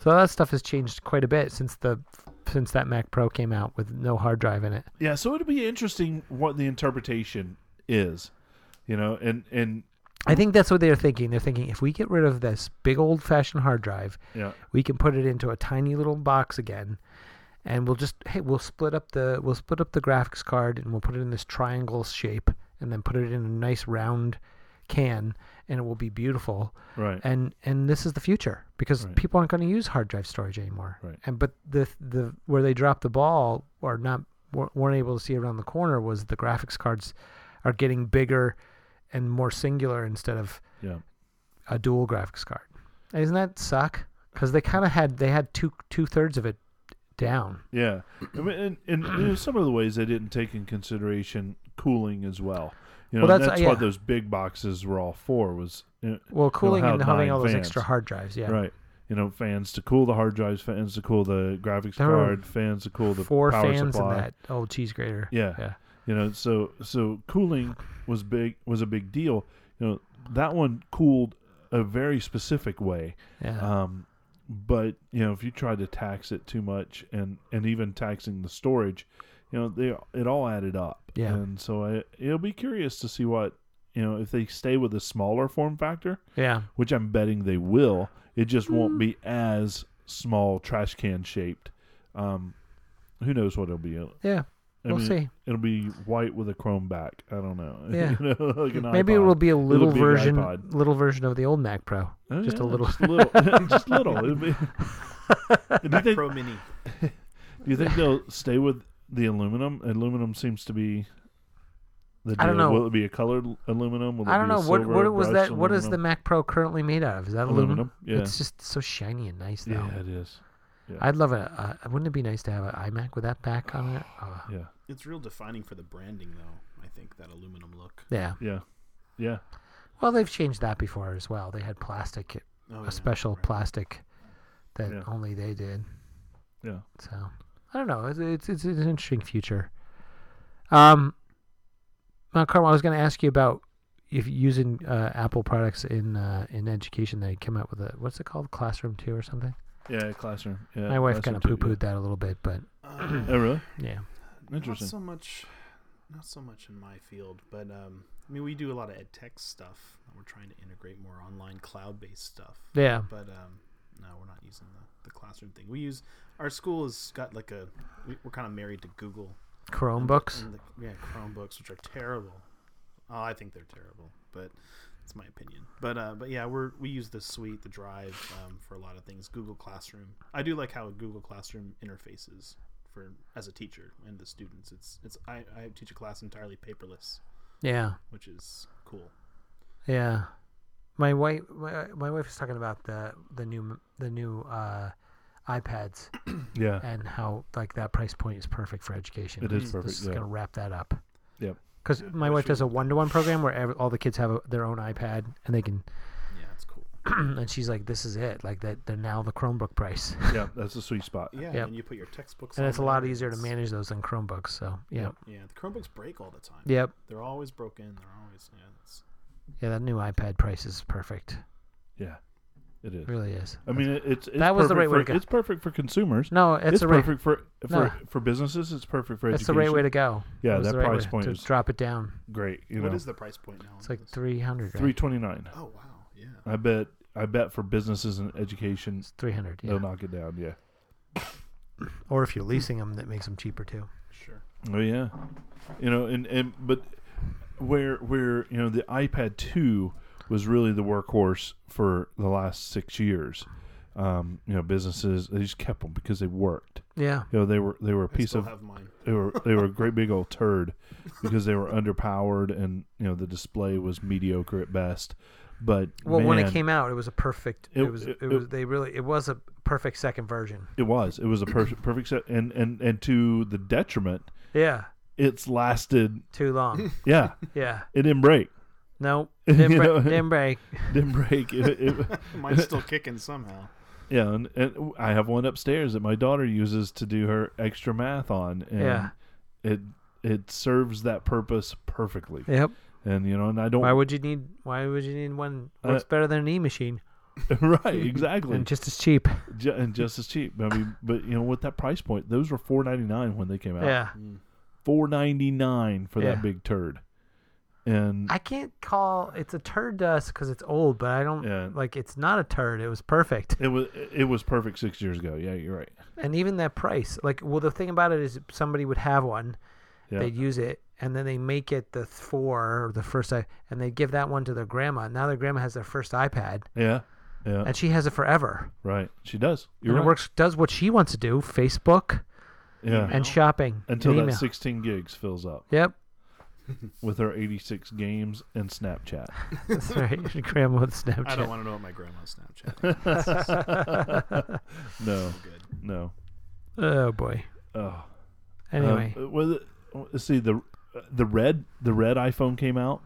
Speaker 2: So that stuff has changed quite a bit since the since that Mac Pro came out with no hard drive in it.
Speaker 3: Yeah, so it'll be interesting what the interpretation is, you know, and and
Speaker 2: I think that's what they're thinking. They're thinking if we get rid of this big old fashioned hard drive,
Speaker 3: yeah,
Speaker 2: we can put it into a tiny little box again and we'll just hey we'll split up the we'll split up the graphics card and we'll put it in this triangle shape and then put it in a nice round can and it will be beautiful
Speaker 3: Right.
Speaker 2: and and this is the future because
Speaker 3: Right.
Speaker 2: people aren't going to use hard drive storage anymore
Speaker 3: Right.
Speaker 2: and but the the where they dropped the ball or not wer- weren't able to see around the corner was the graphics cards are getting bigger and more singular instead of
Speaker 3: yeah.
Speaker 2: a dual graphics card And isn't that suck because they kind of had they had two two thirds of it down
Speaker 3: Yeah. I mean, and, and you know, some of the ways they didn't take in consideration cooling as well. You know,
Speaker 2: Well,
Speaker 3: and
Speaker 2: that's-
Speaker 3: that's,
Speaker 2: yeah.
Speaker 3: what those big boxes were all for was you know,
Speaker 2: well cooling
Speaker 3: how
Speaker 2: and having
Speaker 3: nine
Speaker 2: all those
Speaker 3: fans.
Speaker 2: extra hard drives yeah
Speaker 3: right. You know, fans to cool the hard drives, fans to cool the graphics
Speaker 2: There were
Speaker 3: card, fans to cool the
Speaker 2: four
Speaker 3: power
Speaker 2: fans
Speaker 3: supply.
Speaker 2: in that old cheese grater
Speaker 3: Yeah.
Speaker 2: yeah
Speaker 3: You know, so so cooling was big was a big deal. You know, that one cooled a very specific way.
Speaker 2: yeah
Speaker 3: Um, but you know, if you try to tax it too much, and and even taxing the storage, you know, they it all added up.
Speaker 2: Yeah.
Speaker 3: And so I, it'll be curious to see what you know if they stay with a smaller form factor,
Speaker 2: yeah
Speaker 3: which I'm betting they will. It just
Speaker 2: Hmm.
Speaker 3: won't be as small trash can shaped. Um, who knows what it'll be? I
Speaker 2: yeah we'll
Speaker 3: mean,
Speaker 2: see
Speaker 3: It'll be white with a chrome back. I don't know. *laughs*
Speaker 2: Yeah.
Speaker 3: You know, like an
Speaker 2: Maybe it
Speaker 3: iPod.
Speaker 2: will be a little
Speaker 3: big
Speaker 2: version,
Speaker 3: iPod.
Speaker 2: little version of the old Mac Pro.
Speaker 3: Oh,
Speaker 2: just a
Speaker 3: yeah,
Speaker 2: little.
Speaker 3: just little, *laughs* just little. It'll
Speaker 2: *laughs*
Speaker 3: be- Do you
Speaker 4: Mac
Speaker 3: think-
Speaker 4: Pro Mini.
Speaker 3: Do you think they'll stay with the aluminum? Aluminum seems to be the deal.
Speaker 2: I don't know.
Speaker 3: Will it be a colored l- aluminum? Will it
Speaker 2: I don't
Speaker 3: be a
Speaker 2: know what
Speaker 3: silver
Speaker 2: what was that.
Speaker 3: brushed
Speaker 2: What is the
Speaker 3: aluminum?
Speaker 2: Mac Pro currently made out of? Is that aluminum?
Speaker 3: aluminum? Yeah,
Speaker 2: It's just so shiny and nice, though.
Speaker 3: yeah, it is. yeah.
Speaker 2: I'd love a, a. Wouldn't it be nice to have an iMac with that back on
Speaker 3: *sighs*
Speaker 2: it? Oh,
Speaker 3: Yeah,
Speaker 4: It's real defining for the branding, though. I think that aluminum look.
Speaker 2: yeah.
Speaker 3: yeah, yeah.
Speaker 2: Well, they've changed that before as well. They had plastic,
Speaker 4: Oh, yeah,
Speaker 2: a special
Speaker 4: right.
Speaker 2: plastic that
Speaker 3: Yeah.
Speaker 2: only they did.
Speaker 3: Yeah.
Speaker 2: So I don't know. It's it's, it's an interesting future. Um, now, Carmel, I was going to ask you about if using uh, Apple products in uh, in education. They came out with a what's it called, Classroom Two or something.
Speaker 3: Yeah, classroom. Yeah,
Speaker 2: My wife kind
Speaker 3: classroom
Speaker 2: of poo
Speaker 3: too, yeah.
Speaker 2: pooed that a little bit, but
Speaker 4: Uh,
Speaker 3: Oh, really?
Speaker 2: yeah,
Speaker 3: Interesting.
Speaker 4: Not so much, not so much in my field, but um, I mean, we do a lot of ed tech stuff. We're trying to integrate more online cloud-based stuff.
Speaker 2: yeah,
Speaker 4: But um, no, we're not using the, the classroom thing. We use our school has got like a we- we're kind of married to Google and the-
Speaker 2: Chromebooks.
Speaker 4: and the, yeah, Chromebooks, which are terrible. Oh, I think they're terrible, but it's my opinion. But uh, but yeah, we're we use the suite, the drive um, for a lot of things. Google Classroom. I do like how Google Classroom interfaces for as a teacher and the students. It's it's I, I teach a class entirely paperless,
Speaker 3: Mm-hmm.
Speaker 2: Yeah,
Speaker 4: which is cool.
Speaker 2: yeah. My wife, my, my wife was talking about the the new the new uh, iPads
Speaker 3: Yeah,
Speaker 2: and how like that price point is perfect for education.
Speaker 3: it is
Speaker 4: This-
Speaker 3: perfect.
Speaker 2: This is
Speaker 3: yeah.
Speaker 2: going to wrap that up.
Speaker 3: Yep.
Speaker 2: Because
Speaker 4: Yeah,
Speaker 2: my
Speaker 4: I
Speaker 2: wife
Speaker 4: see
Speaker 2: does a
Speaker 4: what-
Speaker 2: one to one program where every, all the kids have a, their own iPad and they can, *clears throat*
Speaker 4: Yeah, it's cool.
Speaker 2: and she's like, this is it. Like, that they're now the Chromebook price. *laughs*
Speaker 3: yeah, that's the sweet spot.
Speaker 4: Yeah,
Speaker 2: Yep.
Speaker 4: and you put your textbooks.
Speaker 2: and
Speaker 4: on
Speaker 2: it's a
Speaker 4: there,
Speaker 2: lot
Speaker 4: and
Speaker 2: easier to
Speaker 4: it's-
Speaker 2: manage those than Chromebooks. So, yeah.
Speaker 4: Yeah, the Chromebooks break all the time.
Speaker 2: Yep.
Speaker 4: They're always broken. They're always yeah. It's,
Speaker 2: Yeah, that new iPad price is perfect.
Speaker 3: Yeah, it is.
Speaker 2: It really is.
Speaker 3: I mean, it, it's, it's
Speaker 2: That was the
Speaker 3: perfect
Speaker 2: right way
Speaker 3: for-
Speaker 2: to go.
Speaker 3: It's perfect for consumers.
Speaker 2: No, it's,
Speaker 3: it's
Speaker 2: the right.
Speaker 3: perfect for for,
Speaker 2: No.
Speaker 3: for businesses. It's perfect for
Speaker 2: That's the
Speaker 3: education.
Speaker 2: right way to go.
Speaker 3: Yeah,
Speaker 2: It was
Speaker 3: that
Speaker 2: the right
Speaker 3: price
Speaker 2: way
Speaker 3: point
Speaker 2: to
Speaker 3: is-
Speaker 2: drop it down.
Speaker 3: Great. You
Speaker 4: what
Speaker 3: know,
Speaker 4: is the price point now?
Speaker 2: It's
Speaker 4: on
Speaker 2: like
Speaker 4: this?
Speaker 2: three hundred.
Speaker 3: three twenty nine.
Speaker 4: Oh wow, yeah.
Speaker 3: I bet. I bet for businesses and education,
Speaker 2: It's three hundred. Yeah.
Speaker 3: they'll knock it down. Yeah.
Speaker 2: Or if you're leasing them, that makes them cheaper too.
Speaker 4: Sure.
Speaker 3: Oh yeah, you know, and and but where where you know the iPad two was really the workhorse for the last six years. Um, you know, businesses they just kept them because they worked.
Speaker 2: Yeah.
Speaker 3: You know, they were they were a
Speaker 4: I
Speaker 3: piece
Speaker 4: still
Speaker 3: of
Speaker 4: have mine.
Speaker 3: they were they were a great big old turd because they were underpowered and you know the display was mediocre at best. But
Speaker 2: Well, when it
Speaker 3: man,
Speaker 2: came out, it was a perfect. It,
Speaker 3: It-
Speaker 2: was. It,
Speaker 3: it-
Speaker 2: was. They really. It was a perfect second version.
Speaker 3: it was it was a per- perfect set, and and and to the detriment,
Speaker 2: Yeah.
Speaker 3: it's lasted.
Speaker 2: Too *laughs* long.
Speaker 3: Yeah,
Speaker 2: yeah.
Speaker 3: it didn't break.
Speaker 2: No.
Speaker 3: *laughs* You
Speaker 2: Didn't, break-
Speaker 3: know?
Speaker 2: didn't break.
Speaker 3: Didn't break. It- it,
Speaker 4: *laughs* Mine's still kicking somehow.
Speaker 3: Yeah, and, and I have one upstairs that my daughter uses to do her extra math on, and
Speaker 2: Yeah.
Speaker 3: it it serves that purpose perfectly.
Speaker 2: Yep.
Speaker 3: And you know, and I don't
Speaker 2: Why would you need? Why would you need one? What's
Speaker 3: Uh,
Speaker 2: better than an e machine
Speaker 3: *laughs* right exactly,
Speaker 2: and
Speaker 3: and just,
Speaker 2: just as
Speaker 3: *laughs*
Speaker 2: cheap?
Speaker 3: and just as cheap. I mean, but you know, with that price point, those were four ninety nine when they came out.
Speaker 2: Yeah.
Speaker 4: Mm.
Speaker 3: four ninety nine for
Speaker 2: Yeah.
Speaker 3: that big turd, and
Speaker 2: I can't call it's a turd dust because it's old, but I don't
Speaker 3: Yeah.
Speaker 2: like it's not a turd. It was perfect,
Speaker 3: it was it was perfect six years ago. Yeah, you're right.
Speaker 2: and even that price. Like, well, the thing about it is somebody would have one,
Speaker 3: Yeah.
Speaker 2: they'd use it, and then they make it the four or the first, i- and they give that one to their grandma. Now their grandma has their first iPad,
Speaker 3: Yeah, yeah,
Speaker 2: and she has it forever.
Speaker 3: right. She does. You're
Speaker 2: And it
Speaker 3: right.
Speaker 2: works, does what she wants to do: Facebook
Speaker 3: yeah,
Speaker 2: and
Speaker 4: Email.
Speaker 2: shopping
Speaker 3: until
Speaker 2: and
Speaker 3: that
Speaker 2: email.
Speaker 3: 16 gigs fills up
Speaker 2: Yep, *laughs*
Speaker 3: with her 86 games and Snapchat.
Speaker 2: that's right. *laughs* grandma with Snapchat.
Speaker 4: I don't want to know what my grandma's
Speaker 3: *laughs*
Speaker 4: Snapchat.
Speaker 3: No,
Speaker 4: Good.
Speaker 3: no.
Speaker 2: oh boy.
Speaker 3: Oh.
Speaker 2: Anyway,
Speaker 3: Um, was it- let's see the uh, the red the red iPhone came out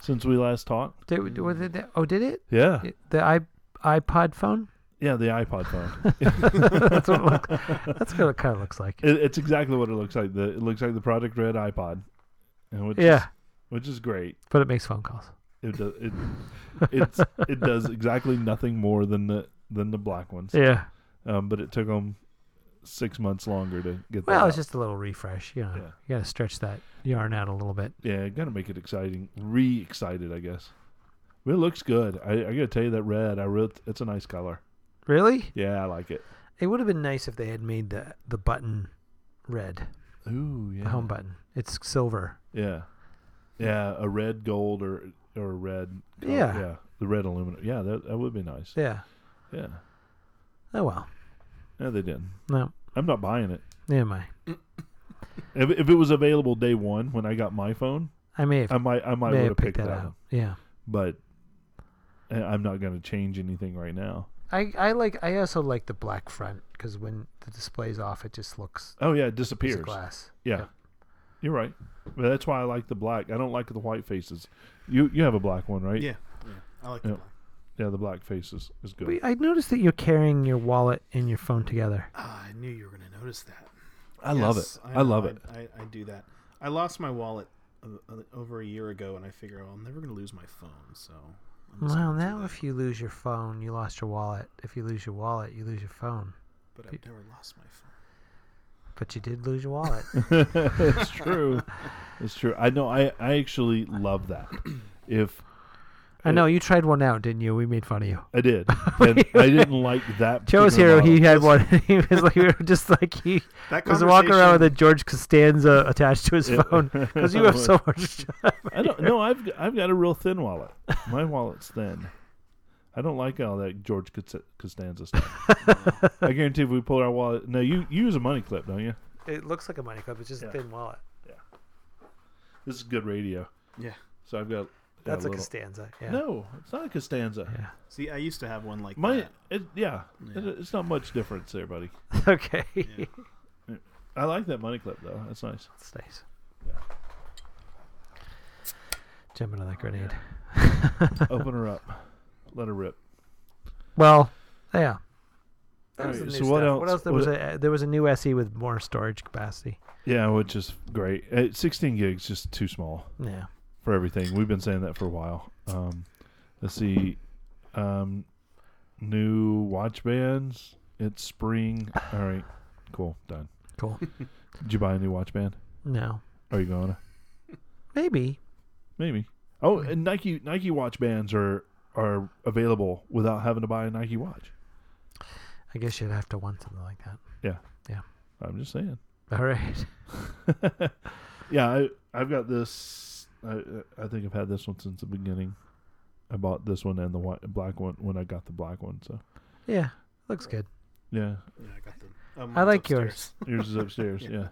Speaker 3: since we last talked.
Speaker 2: did, was it, oh, did it?
Speaker 3: Yeah,
Speaker 2: It- The i iPod phone. *laughs*
Speaker 3: yeah, the iPod phone.
Speaker 2: that's what it looks. *laughs* That's what it kind of looks like.
Speaker 3: it, it's exactly what it looks like. The it looks like the Project Red iPod, and which is,
Speaker 2: Yeah,
Speaker 3: which is great.
Speaker 2: but it makes phone calls.
Speaker 3: It does it it's, it does exactly nothing more than the than the black ones.
Speaker 2: Yeah.
Speaker 3: Um, but it took them six months longer to get. that
Speaker 2: Well, it's
Speaker 3: out.
Speaker 2: just a little refresh. You know,
Speaker 3: Yeah.
Speaker 2: you gotta stretch that yarn out a little bit.
Speaker 3: yeah, gotta make it exciting. Re-excited, I guess. But it looks good. I, I gotta tell you that red. I really, it's a nice color.
Speaker 2: Really?
Speaker 3: Yeah, I like it.
Speaker 2: It would have been nice if they had made the the button red,
Speaker 3: Ooh,
Speaker 2: the
Speaker 3: yeah.
Speaker 2: home button. It's silver.
Speaker 3: Yeah, yeah, a red gold or or red. color.
Speaker 2: Yeah.
Speaker 3: yeah, the red aluminum. Yeah, that that would be nice.
Speaker 2: Yeah.
Speaker 3: Yeah,
Speaker 2: Oh well.
Speaker 3: no, they didn't.
Speaker 2: No.
Speaker 3: I'm not buying it.
Speaker 2: Never mind.
Speaker 3: If, if it was available day one when I got my phone,
Speaker 2: I may have,
Speaker 3: I might I might
Speaker 2: may
Speaker 3: would
Speaker 2: have
Speaker 3: have
Speaker 2: picked
Speaker 3: picked that,
Speaker 2: that
Speaker 3: one.
Speaker 2: out. Yeah.
Speaker 3: But I- I'm not gonna change anything right now.
Speaker 2: I, I like I also like the black front because when the display's off, it just looks
Speaker 3: Oh yeah, it
Speaker 2: it's
Speaker 3: disappears.
Speaker 2: glass.
Speaker 3: Yeah.
Speaker 2: Yep.
Speaker 3: You're right. But that's why I like the black. I don't like the white faces. You you have a black one, right?
Speaker 4: Yeah, yeah. I like
Speaker 3: Yeah.
Speaker 4: the black.
Speaker 3: Yeah, the black faces is good.
Speaker 2: Wait, I noticed that you're carrying your wallet and your phone together.
Speaker 4: Ah, I knew you were going to notice that.
Speaker 3: I love it.
Speaker 4: Yes,
Speaker 3: I,
Speaker 4: know,
Speaker 3: love it.
Speaker 4: I, I, I do that. I lost my wallet uh, uh, over a year ago, and I figure oh, I'm never going to lose my phone. So, I'm just
Speaker 2: Well,
Speaker 4: gonna do
Speaker 2: now
Speaker 4: that.
Speaker 2: if you lose your phone, you lost your wallet. If you lose your wallet, you lose your phone.
Speaker 4: but I've never lost my phone.
Speaker 2: But you did lose your wallet.
Speaker 3: it's true. *laughs* It's true. I know I, I actually
Speaker 2: *clears throat*
Speaker 3: love that. If
Speaker 2: I know you tried one out, didn't you? We made fun of you. *laughs*
Speaker 3: I did. And I didn't like that.
Speaker 2: Oh, Joe's
Speaker 3: particular
Speaker 2: here. He
Speaker 3: model.
Speaker 2: had one.
Speaker 3: *laughs*
Speaker 2: *laughs* he was like, we were just like he
Speaker 4: That
Speaker 2: was walking around with a
Speaker 4: conversation-
Speaker 2: George Costanza attached to his
Speaker 3: Yeah.
Speaker 2: phone because
Speaker 3: *laughs*
Speaker 2: you have so much.
Speaker 3: I
Speaker 2: *laughs*
Speaker 3: don't no, I've g- I've got a real thin wallet. My wallet's thin. I don't like all that George Cos- Costanza stuff.
Speaker 2: *laughs*
Speaker 3: I guarantee if we pull our wallet no, you, you use a money clip, don't you?
Speaker 2: it looks like a money clip. It's just
Speaker 3: Yeah.
Speaker 2: a thin wallet.
Speaker 3: This is good radio.
Speaker 4: Yeah.
Speaker 3: So I've got got
Speaker 2: That's
Speaker 3: a
Speaker 2: like a
Speaker 3: little-
Speaker 2: Costanza. Yeah.
Speaker 3: No, it's not a Costanza.
Speaker 2: Yeah.
Speaker 4: See, I used to have one like
Speaker 3: My,
Speaker 4: that.
Speaker 3: it, yeah,
Speaker 4: Yeah.
Speaker 3: It, it's not much difference there, buddy.
Speaker 2: *laughs* Okay. *laughs*
Speaker 4: Yeah.
Speaker 3: I like that money clip though. That's nice.
Speaker 2: That's nice.
Speaker 3: Yeah.
Speaker 2: Jump into that
Speaker 3: Oh,
Speaker 2: grenade.
Speaker 3: Open her up. Let her rip.
Speaker 2: Well, yeah. That was
Speaker 3: Alright,
Speaker 2: the
Speaker 3: so
Speaker 2: new
Speaker 3: what
Speaker 2: stuff.
Speaker 3: else-
Speaker 2: What else? There
Speaker 3: what-
Speaker 2: was a there was a new SE with more storage capacity.
Speaker 3: Yeah, which is great. Uh, 16 gigs just too small
Speaker 2: Yeah.
Speaker 3: for everything. We've been saying that for a while. Um, let's see. Um, new watch bands. It's spring. All right. Cool. Done.
Speaker 2: Cool.
Speaker 3: *laughs* Did you buy a new watch band?
Speaker 2: No.
Speaker 3: Are you going to?
Speaker 2: Maybe.
Speaker 3: Maybe. Oh, and Nike Nike watch bands are are available without having to buy a Nike watch.
Speaker 2: I guess you'd have to want something like that.
Speaker 3: I'm just saying.
Speaker 2: All right.
Speaker 3: yeah, I, I've got this. I, I think I've had this one since the beginning. I bought this one and the white, black one when I got the black one. So
Speaker 2: Yeah. Looks good.
Speaker 3: yeah,
Speaker 4: Yeah, I got the. oh, mine's
Speaker 2: like
Speaker 4: upstairs.
Speaker 3: yours is upstairs. *laughs* yeah.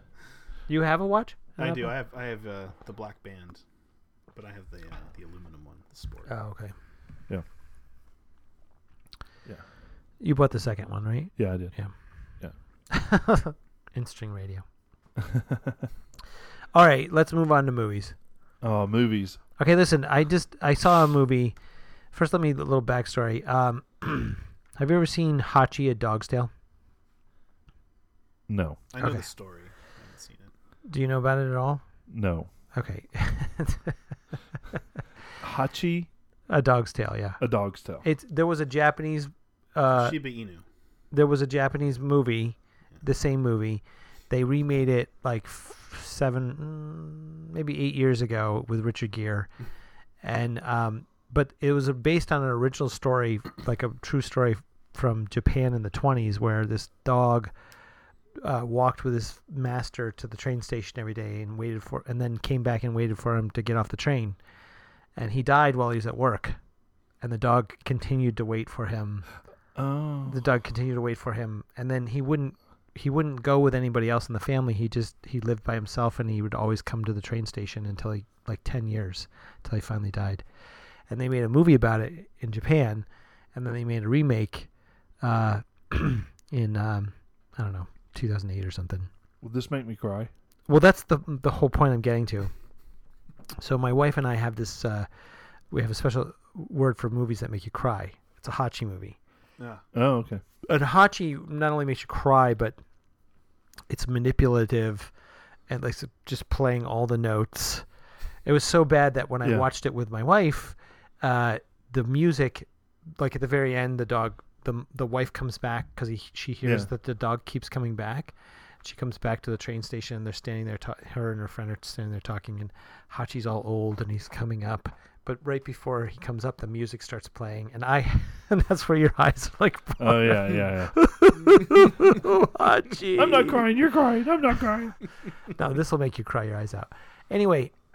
Speaker 2: You have a watch?
Speaker 4: *laughs* I
Speaker 2: An
Speaker 3: *laughs*
Speaker 4: do.
Speaker 2: Apple?
Speaker 4: I have. I have uh, the black band, but I have the uh, the aluminum one, the sport.
Speaker 2: Oh, okay.
Speaker 3: Yeah. Yeah.
Speaker 2: You bought the second one, right?
Speaker 3: yeah, I did.
Speaker 2: In string radio. *laughs* All right, let's move on to movies.
Speaker 3: Oh, movies.
Speaker 2: Okay, listen. I just I saw a movie. First, let me a little backstory. Um, *clears throat* have you ever seen Hachi: A Dog's Tale?
Speaker 3: No,
Speaker 4: I know
Speaker 2: okay.
Speaker 4: the story. I haven't seen it.
Speaker 2: Do you know about it at all?
Speaker 3: no.
Speaker 2: Okay, *laughs*
Speaker 3: Hachi,
Speaker 2: A Dog's Tale. Yeah,
Speaker 3: a dog's tail.
Speaker 2: it's there was a Japanese. Uh,
Speaker 4: Shiba Inu.
Speaker 2: there was a Japanese movie, the same movie. They remade it like f- seven, mm, maybe eight years ago with Richard Gere, and um, but it was based on an original story, like a true story from Japan in the twenties, where this dog uh, walked with his master to the train station every day and waited for, and then came back and waited for him to get off the train, and he died while he was at work, and the dog continued to wait for him
Speaker 3: Oh,
Speaker 2: the dog continued to wait for him and then he wouldn't he wouldn't go with anybody else in the family he just he lived by himself and he would always come to the train station until he like 10 years until he finally died and they made a movie about it in japan and then they made a remake uh, *clears throat* in um, i don't know 2008 or something
Speaker 3: will this make me cry?
Speaker 2: well, that's the the whole point I'm getting to. So my wife and I have this. Uh, we have a special word for movies that make you cry. It's a hachi movie.
Speaker 4: Yeah.
Speaker 3: Oh, okay.
Speaker 2: And hachi not only makes you cry, but it's manipulative and like just playing all the notes. It was so bad that when I
Speaker 3: Yeah.
Speaker 2: watched it with my wife, uh, the music, like at the very end, the dog, the the wife comes back because he, she hears
Speaker 3: Yeah.
Speaker 2: that the dog keeps coming back. She comes back to the train station and they're standing there. Ta- her and her friend are standing there talking, and Hachi's all old and he's coming up. But right before he comes up, the music starts playing, and I, *laughs* and that's where your eyes are like,
Speaker 3: Oh yeah, yeah, *laughs* yeah.
Speaker 2: Hachi.
Speaker 3: I'm not crying. You're crying. I'm not *laughs* crying.
Speaker 2: No, this will make you cry your eyes out. Anyway, *clears throat*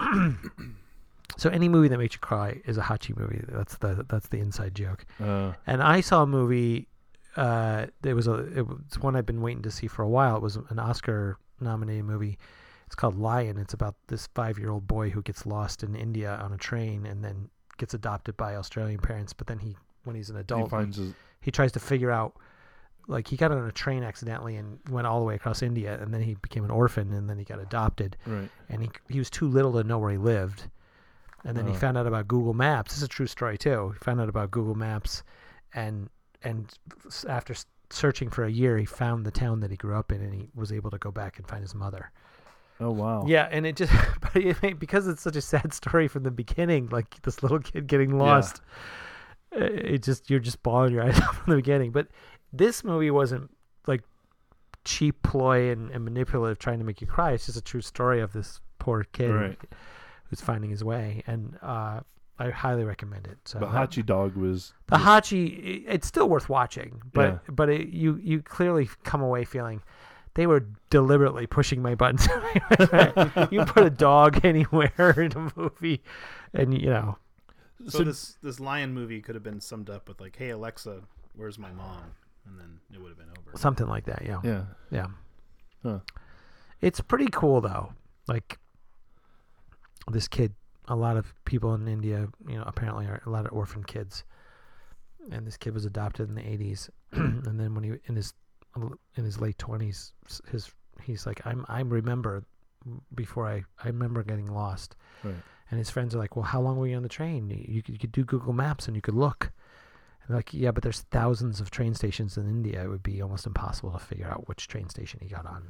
Speaker 2: so any movie that makes you cry is a Hachi movie. That's the that's the inside joke.
Speaker 3: Uh,
Speaker 2: And I saw a movie. Uh, it was a it was one I've been waiting to see for a while. It was an Oscar nominated movie. It's called Lion. It's about this five year old boy who gets lost in India on a train and then gets adopted by Australian parents. But then he when he's an
Speaker 3: he
Speaker 2: adult
Speaker 3: finds his.
Speaker 2: he tries to figure out like he got on a train accidentally and went all the way across India and then he became an orphan and then he got adopted
Speaker 3: Right.
Speaker 2: and he he was too little to know where he lived. And then he
Speaker 3: Oh.
Speaker 2: found out about Google Maps. This is a true story too. He found out about Google Maps and and s- after s- searching for a year he found the town that he grew up in and he was able to go back and find his mother.
Speaker 3: Oh wow.
Speaker 2: Yeah, and it just *laughs* but it, made- because it's such a sad story from the beginning, like this little kid getting lost. uh, It just you're just bawling your *laughs* eyes out from the beginning. But this movie wasn't like cheap ploy and, and manipulative trying to make you cry. It's just a true story of this poor kid
Speaker 3: Right.
Speaker 2: who's finding his way, and uh, I highly recommend it. So
Speaker 3: But
Speaker 2: that-
Speaker 3: Hachi Dog was.
Speaker 2: the Hachi, i- it's still worth watching, but
Speaker 3: Yeah.
Speaker 2: but it, you you clearly come away feeling they were deliberately pushing my buttons. *laughs* you put a dog *laughs* anywhere in a movie, and you know,
Speaker 4: So,
Speaker 3: So-
Speaker 4: this this lion movie could have been summed up with like, "Hey Alexa, where's my mom?" And then it would have been over.
Speaker 2: something like that. Yeah, yeah.
Speaker 3: Yeah. Huh.
Speaker 2: It's pretty cool though. Like this kid, a lot of people in India, you know, apparently are a lot of orphan kids, and this kid was adopted in the '80s, *clears throat* and then when he in his in his late 20s, his he's like, I'm I remember before I I remember getting lost,
Speaker 3: Right.
Speaker 2: and his friends are like, Well, how long were you on the train? You could, you could do Google Maps and you could look. And they're like, yeah, but there's thousands of train stations in India. It would be almost impossible to figure out which train station he got on.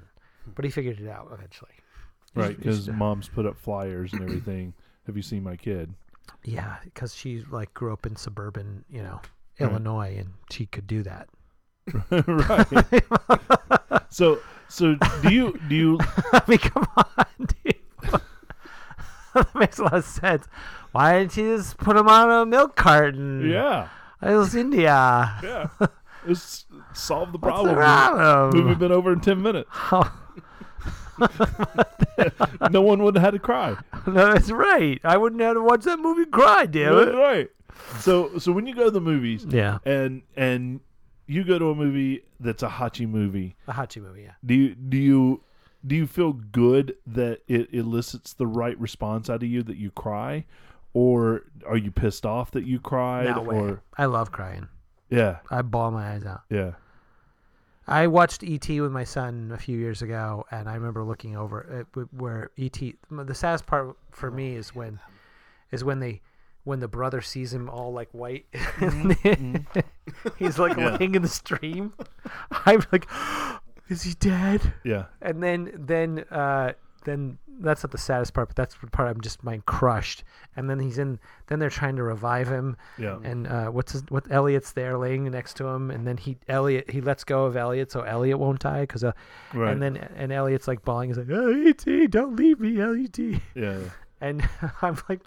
Speaker 2: But he figured it out eventually.
Speaker 3: Hmm. Right.
Speaker 2: It's- it's-
Speaker 3: Because moms put up flyers and everything. Have you seen my kid?
Speaker 2: Yeah, because she like grew up in suburban, you know,
Speaker 3: Right.
Speaker 2: Illinois, and she could do that. *laughs*
Speaker 3: *laughs* right. So so do you do you
Speaker 2: I mean, come on, *laughs* dude. that makes a lot of sense. Why didn't you just put him on a milk carton?
Speaker 3: *laughs* yeah
Speaker 2: it was India.
Speaker 3: yeah let's solve the
Speaker 2: What's the
Speaker 3: problem.
Speaker 2: *laughs*
Speaker 3: Movie
Speaker 2: problem? Oh,
Speaker 3: been over in ten minutes. no one would have had to cry.
Speaker 2: no, that's right. I wouldn't have to watch that movie cry, damn
Speaker 3: That's
Speaker 2: it.
Speaker 3: right. So so when you go to the movies
Speaker 2: Yeah,
Speaker 3: and and you go to a movie that's a Hachi movie,
Speaker 2: the Hachi movie. Yeah,
Speaker 3: do you do you do you feel good that it elicits the right response out of you that you cry? Or are you pissed off that you cried?
Speaker 2: no way.
Speaker 3: or
Speaker 2: I love crying.
Speaker 3: yeah,
Speaker 2: I bawl my eyes out.
Speaker 3: yeah.
Speaker 2: I watched ET with my son a few years ago, and I remember looking over at w- where ET. The saddest part for me is when, is when they, when the brother sees him all like white, *laughs* he's like
Speaker 3: Yeah.
Speaker 2: laying in the *laughs* stream. I'm like, *gasps* is he dead?
Speaker 3: Yeah.
Speaker 2: And then then uh, then that's not the saddest part, but that's the part I'm just mind crushed. And then he's in. Then they're trying to revive him,
Speaker 3: Yeah.
Speaker 2: and uh, what's his, what Elliot's there laying next to him, and then he Elliot he lets go of Elliot so Elliot won't die because uh,
Speaker 3: Right.
Speaker 2: and then and Elliot's like bawling, he's like Elliot, don't leave me, Elliot,
Speaker 3: yeah.
Speaker 2: and *laughs* I'm like,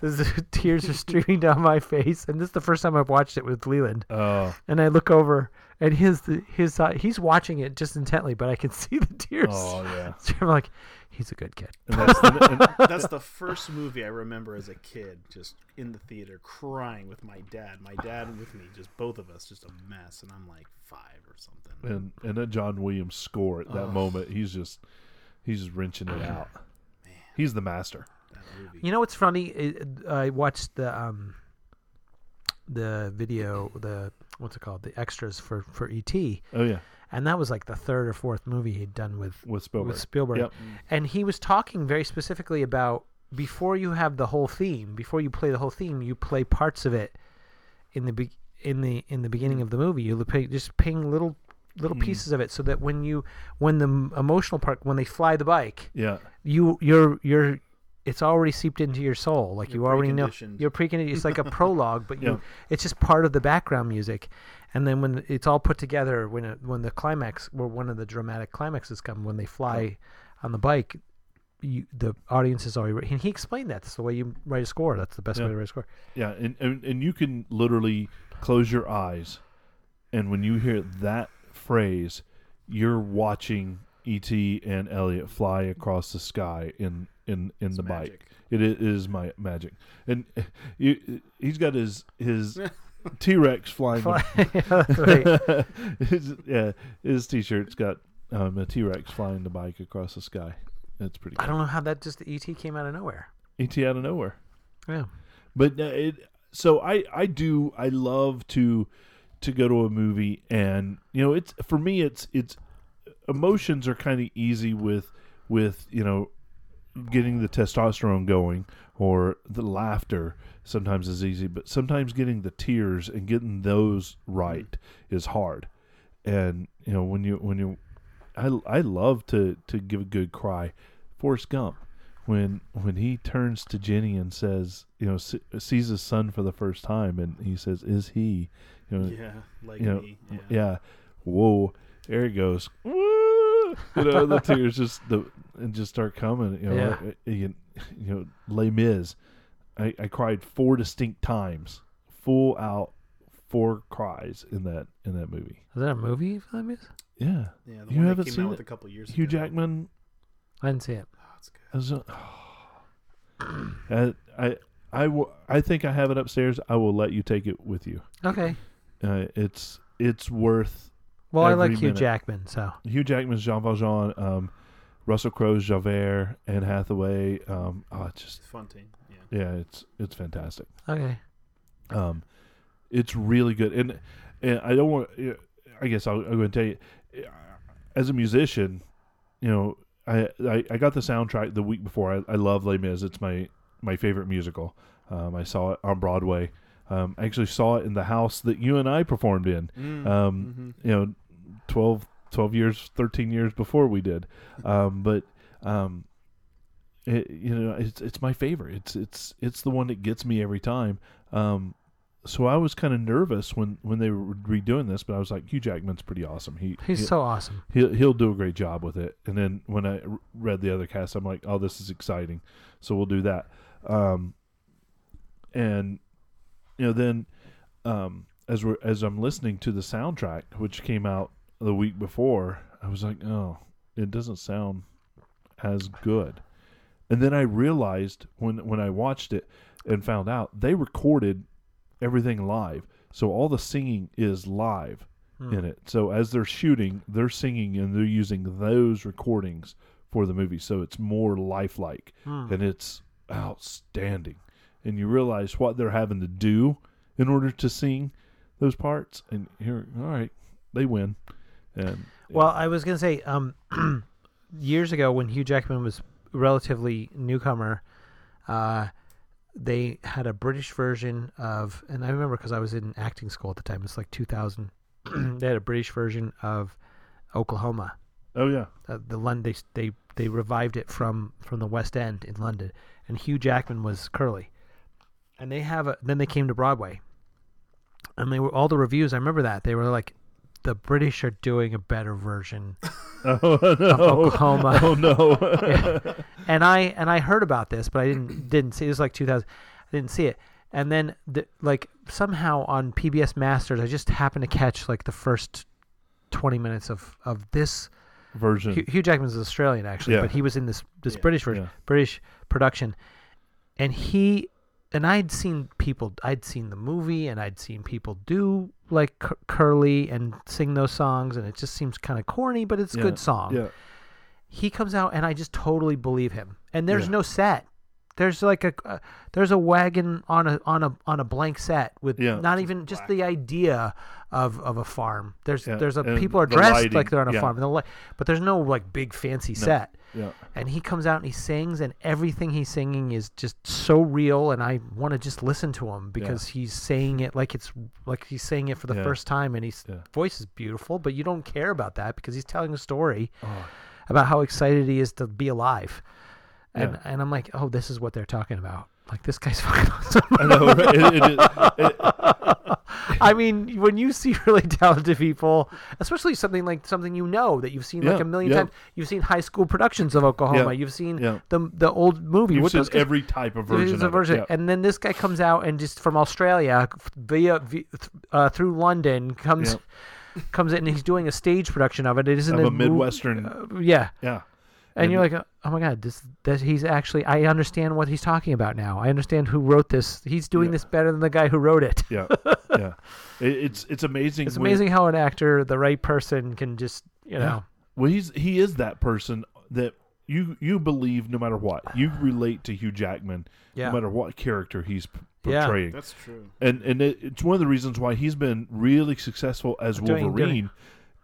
Speaker 2: the *laughs* tears are streaming down my face, and this is the first time I've watched it with Leland,
Speaker 3: Oh,
Speaker 2: and I look over and his his uh, he's watching it just intently, but I can *laughs* see the tears.
Speaker 3: oh yeah.
Speaker 2: *laughs* So I'm like, he's a good kid.
Speaker 3: And that's the, and,
Speaker 4: *laughs* That's the first movie I remember as a kid, just in the theater crying with my dad. My dad with me, just both of us, just a mess. And I'm like five or something.
Speaker 3: and and that John Williams score at that moment, he's just he's just wrenching it out. He's the master.
Speaker 4: That movie.
Speaker 2: You know what's funny? I- I watched the um, the video, the what's it called, the extras for for ET,
Speaker 3: Oh yeah,
Speaker 2: and that was like the third or fourth movie he'd done with
Speaker 3: with Spielberg.
Speaker 2: with Spielberg.
Speaker 3: Yep.
Speaker 2: And he was talking very specifically about before you have the whole theme, before you play the whole theme, you play parts of it in the be- in the in the beginning of the movie. You l- pay, just ping little little
Speaker 3: Hmm.
Speaker 2: pieces of it so that when you when the m- emotional part when they fly the bike,
Speaker 3: Yeah.
Speaker 2: you you're you're it's already seeped into your soul like
Speaker 4: You're
Speaker 2: you already know
Speaker 4: preconditioned.
Speaker 2: you're preconditioned it's *laughs* like a prologue but you
Speaker 3: Yeah.
Speaker 2: it's just part of the background music and then when it's all put together when it, when the climax where one of the dramatic climaxes come when they fly on the bike you, the audience is already and he explained that that's the way you write a score that's the best
Speaker 3: Yeah.
Speaker 2: way to write a *laughs* score
Speaker 3: Yeah, and, and and you can literally close your eyes, and when you hear that phrase, you're watching E.T. and Elliot fly across the sky in in in the bike.
Speaker 4: magic.
Speaker 3: It i- is my magic, and uh, you, he's got his his T Rex flying.
Speaker 2: Fly- that's right.
Speaker 3: *laughs* his, yeah, his T-shirt's got um, a T Rex flying the bike across the sky. That's pretty.
Speaker 2: i
Speaker 3: Cool.
Speaker 2: don't know how that just the et came out of nowhere
Speaker 3: E.T. out of nowhere.
Speaker 2: yeah
Speaker 3: but no, it so i i do i love to to go to a movie and you know it's for me it's it's emotions are kind of easy with with you know getting the testosterone going or the laughter sometimes is easy but sometimes getting the tears and getting those right is hard and you know when you when you i i love to to give a good cry Forrest Gump when when he turns to Jenny and says you know se- sees his son for the first time and he says is he you know
Speaker 4: Yeah, like
Speaker 3: you know,
Speaker 4: me.
Speaker 3: yeah.
Speaker 4: Yeah.
Speaker 3: whoa, there he goes. Woo! You know, the tears just the and just start coming. You know,
Speaker 2: Yeah.
Speaker 3: uh, you, you know, Les Mis. I, I cried four distinct times, full out, four cries in that in that movie.
Speaker 2: is that a movie for that is?
Speaker 3: Yeah,
Speaker 4: Yeah, the
Speaker 3: you
Speaker 4: one
Speaker 3: haven't
Speaker 4: that came
Speaker 3: seen
Speaker 4: out with
Speaker 3: it?
Speaker 4: a couple years
Speaker 3: Hugh
Speaker 4: ago.
Speaker 3: Jackman.
Speaker 2: i didn't see it
Speaker 4: Oh, it's good.
Speaker 3: As a, *sighs* I, I, I, will- I think I have it upstairs. I will let you take it with you.
Speaker 2: okay
Speaker 3: Uh, it's it's worth
Speaker 2: well i
Speaker 3: Every
Speaker 2: like hugh
Speaker 3: minute.
Speaker 2: jackman so
Speaker 3: Hugh Jackman's Jean Valjean, um, Russell Crowe's Javert, Anne Hathaway. Um, oh, it's just
Speaker 4: Fontaine. Yeah.
Speaker 3: yeah, it's it's fantastic.
Speaker 2: okay
Speaker 3: Um, it's really good, and and I don't want. I guess I'll, I'm going to tell you, as a musician, you know, I, I I got the soundtrack the week before. I, I love Les Mis. It's my my favorite musical. Um, I saw it on Broadway. Um, I actually saw it in the house that you and I performed in. Um, You know, 12, 12 years, thirteen years before we did. Um, but um, it, you know, it's it's my favorite. It's it's it's the one that gets me every time. Um, so I was kind of nervous when when they were redoing this, but I was like, Hugh Jackman's pretty awesome. He
Speaker 2: he's
Speaker 3: he,
Speaker 2: so awesome
Speaker 3: he'll he'll do a great job with it. And then when I r- read the other cast, I'm like, oh, this is exciting. So we'll do that. Um, and you know, then um, as we're as I'm listening to the soundtrack, which came out the week before, I was like, oh, it doesn't sound as good. And then I realized when when I watched it and found out they recorded everything live. So all the singing is live
Speaker 2: Hmm.
Speaker 3: in it. So as they're shooting, they're singing and they're using those recordings for the movie. So it's more lifelike
Speaker 2: Hmm.
Speaker 3: and it's outstanding. And you realize what they're having to do in order to sing those parts. And here, all right, they win. And
Speaker 2: Well, I was gonna say, um, *clears throat* years ago when Hugh Jackman was relatively newcomer, uh, they had a British version of, and I remember because I was in *clears throat* acting school at the time. It's like 2000. they had a British version of Oklahoma,
Speaker 3: Oh yeah. *laughs*
Speaker 2: uh, the London they, they they revived it from from the West End in London, and Hugh Jackman was Curly, and they have a then they came to Broadway, and they were all the reviews I remember that they were like, the British are doing a better version,
Speaker 3: Oh no. *laughs*
Speaker 2: Oklahoma.
Speaker 3: Oh no.
Speaker 2: *laughs* and I and I heard about this but I didn't didn't see it was like 2000 I didn't see it. And then, the, like somehow on PBS Masters, I just happened to catch like the first twenty minutes of of this Hugh,
Speaker 3: Version.
Speaker 2: Hugh Jackman's Australian actually,
Speaker 3: Hmm. Yeah.
Speaker 2: but he was in this this
Speaker 4: Yeah.
Speaker 2: British version,
Speaker 3: Yeah.
Speaker 2: British production, and he and I'd seen people, I'd seen the movie, and I'd seen people do like cur- Curly and sing those songs, and it just seems kind of corny, but it's a
Speaker 3: Yeah.
Speaker 2: good song.
Speaker 3: Yeah.
Speaker 2: He comes out, and I just totally believe him. And there's
Speaker 3: Yeah.
Speaker 2: no set. There's like a uh, there's a wagon on a on a on a blank set with
Speaker 3: Yeah.
Speaker 2: not even just the idea of of a farm. There's
Speaker 3: Yeah.
Speaker 2: there's a
Speaker 3: And
Speaker 2: people are
Speaker 3: the
Speaker 2: dressed
Speaker 3: lighting,
Speaker 2: like they're on a
Speaker 3: yeah.
Speaker 2: farm, and the li- but there's no like big fancy set
Speaker 3: Yeah. *laughs*
Speaker 2: and he comes out and he sings and everything he's singing is just so real and i want to just listen to him because he's saying it like it's like he's saying it for the
Speaker 3: Yeah.
Speaker 2: first time and his
Speaker 3: Yeah.
Speaker 2: voice is beautiful but you don't care about that because he's telling a story
Speaker 3: Oh.
Speaker 2: about how excited he is to be alive and
Speaker 3: Yeah.
Speaker 2: and i'm like oh this is what they're talking about like this guy's *laughs* fucking awesome.
Speaker 3: I know. Right? It,
Speaker 2: *laughs*
Speaker 3: it, it, it,
Speaker 2: I mean, when you see *laughs* really talented people, especially something like something you know that you've seen like
Speaker 3: Yeah,
Speaker 2: a million
Speaker 3: yeah.
Speaker 2: times, you've seen high school productions of Oklahoma,
Speaker 3: Yeah,
Speaker 2: you've seen
Speaker 3: yeah.
Speaker 2: the the old movie.
Speaker 3: you've
Speaker 2: with
Speaker 3: seen
Speaker 2: those guys-
Speaker 3: every type of
Speaker 2: There is
Speaker 3: version.
Speaker 2: a
Speaker 3: of it.
Speaker 2: version.
Speaker 3: Yeah.
Speaker 2: And then this guy comes out and just from Australia via, vi- uh, through London comes comes in and he's doing a stage production of it. It isn't
Speaker 3: Of a
Speaker 2: mov-
Speaker 3: Midwestern.
Speaker 2: uh, yeah,
Speaker 3: yeah.
Speaker 2: and,
Speaker 3: And-
Speaker 2: you're like, oh my god, this that he's actually. I understand what he's talking about now. I understand who wrote this. He's doing
Speaker 3: Yeah.
Speaker 2: this better than the guy who wrote it.
Speaker 3: Yeah.
Speaker 2: *laughs*
Speaker 3: Yeah. It, it's it's amazing.
Speaker 2: It's
Speaker 3: when-
Speaker 2: amazing how an actor, the right person, can just you
Speaker 3: Yeah.
Speaker 2: know.
Speaker 3: Well, he's he is that person that you you believe no matter what. You relate to Hugh Jackman
Speaker 2: Yeah.
Speaker 3: no matter what character he's p-
Speaker 2: Yeah.
Speaker 3: portraying.
Speaker 4: That's true.
Speaker 3: and and it, it's one of the reasons why he's been really successful as
Speaker 2: Doing-
Speaker 3: Wolverine,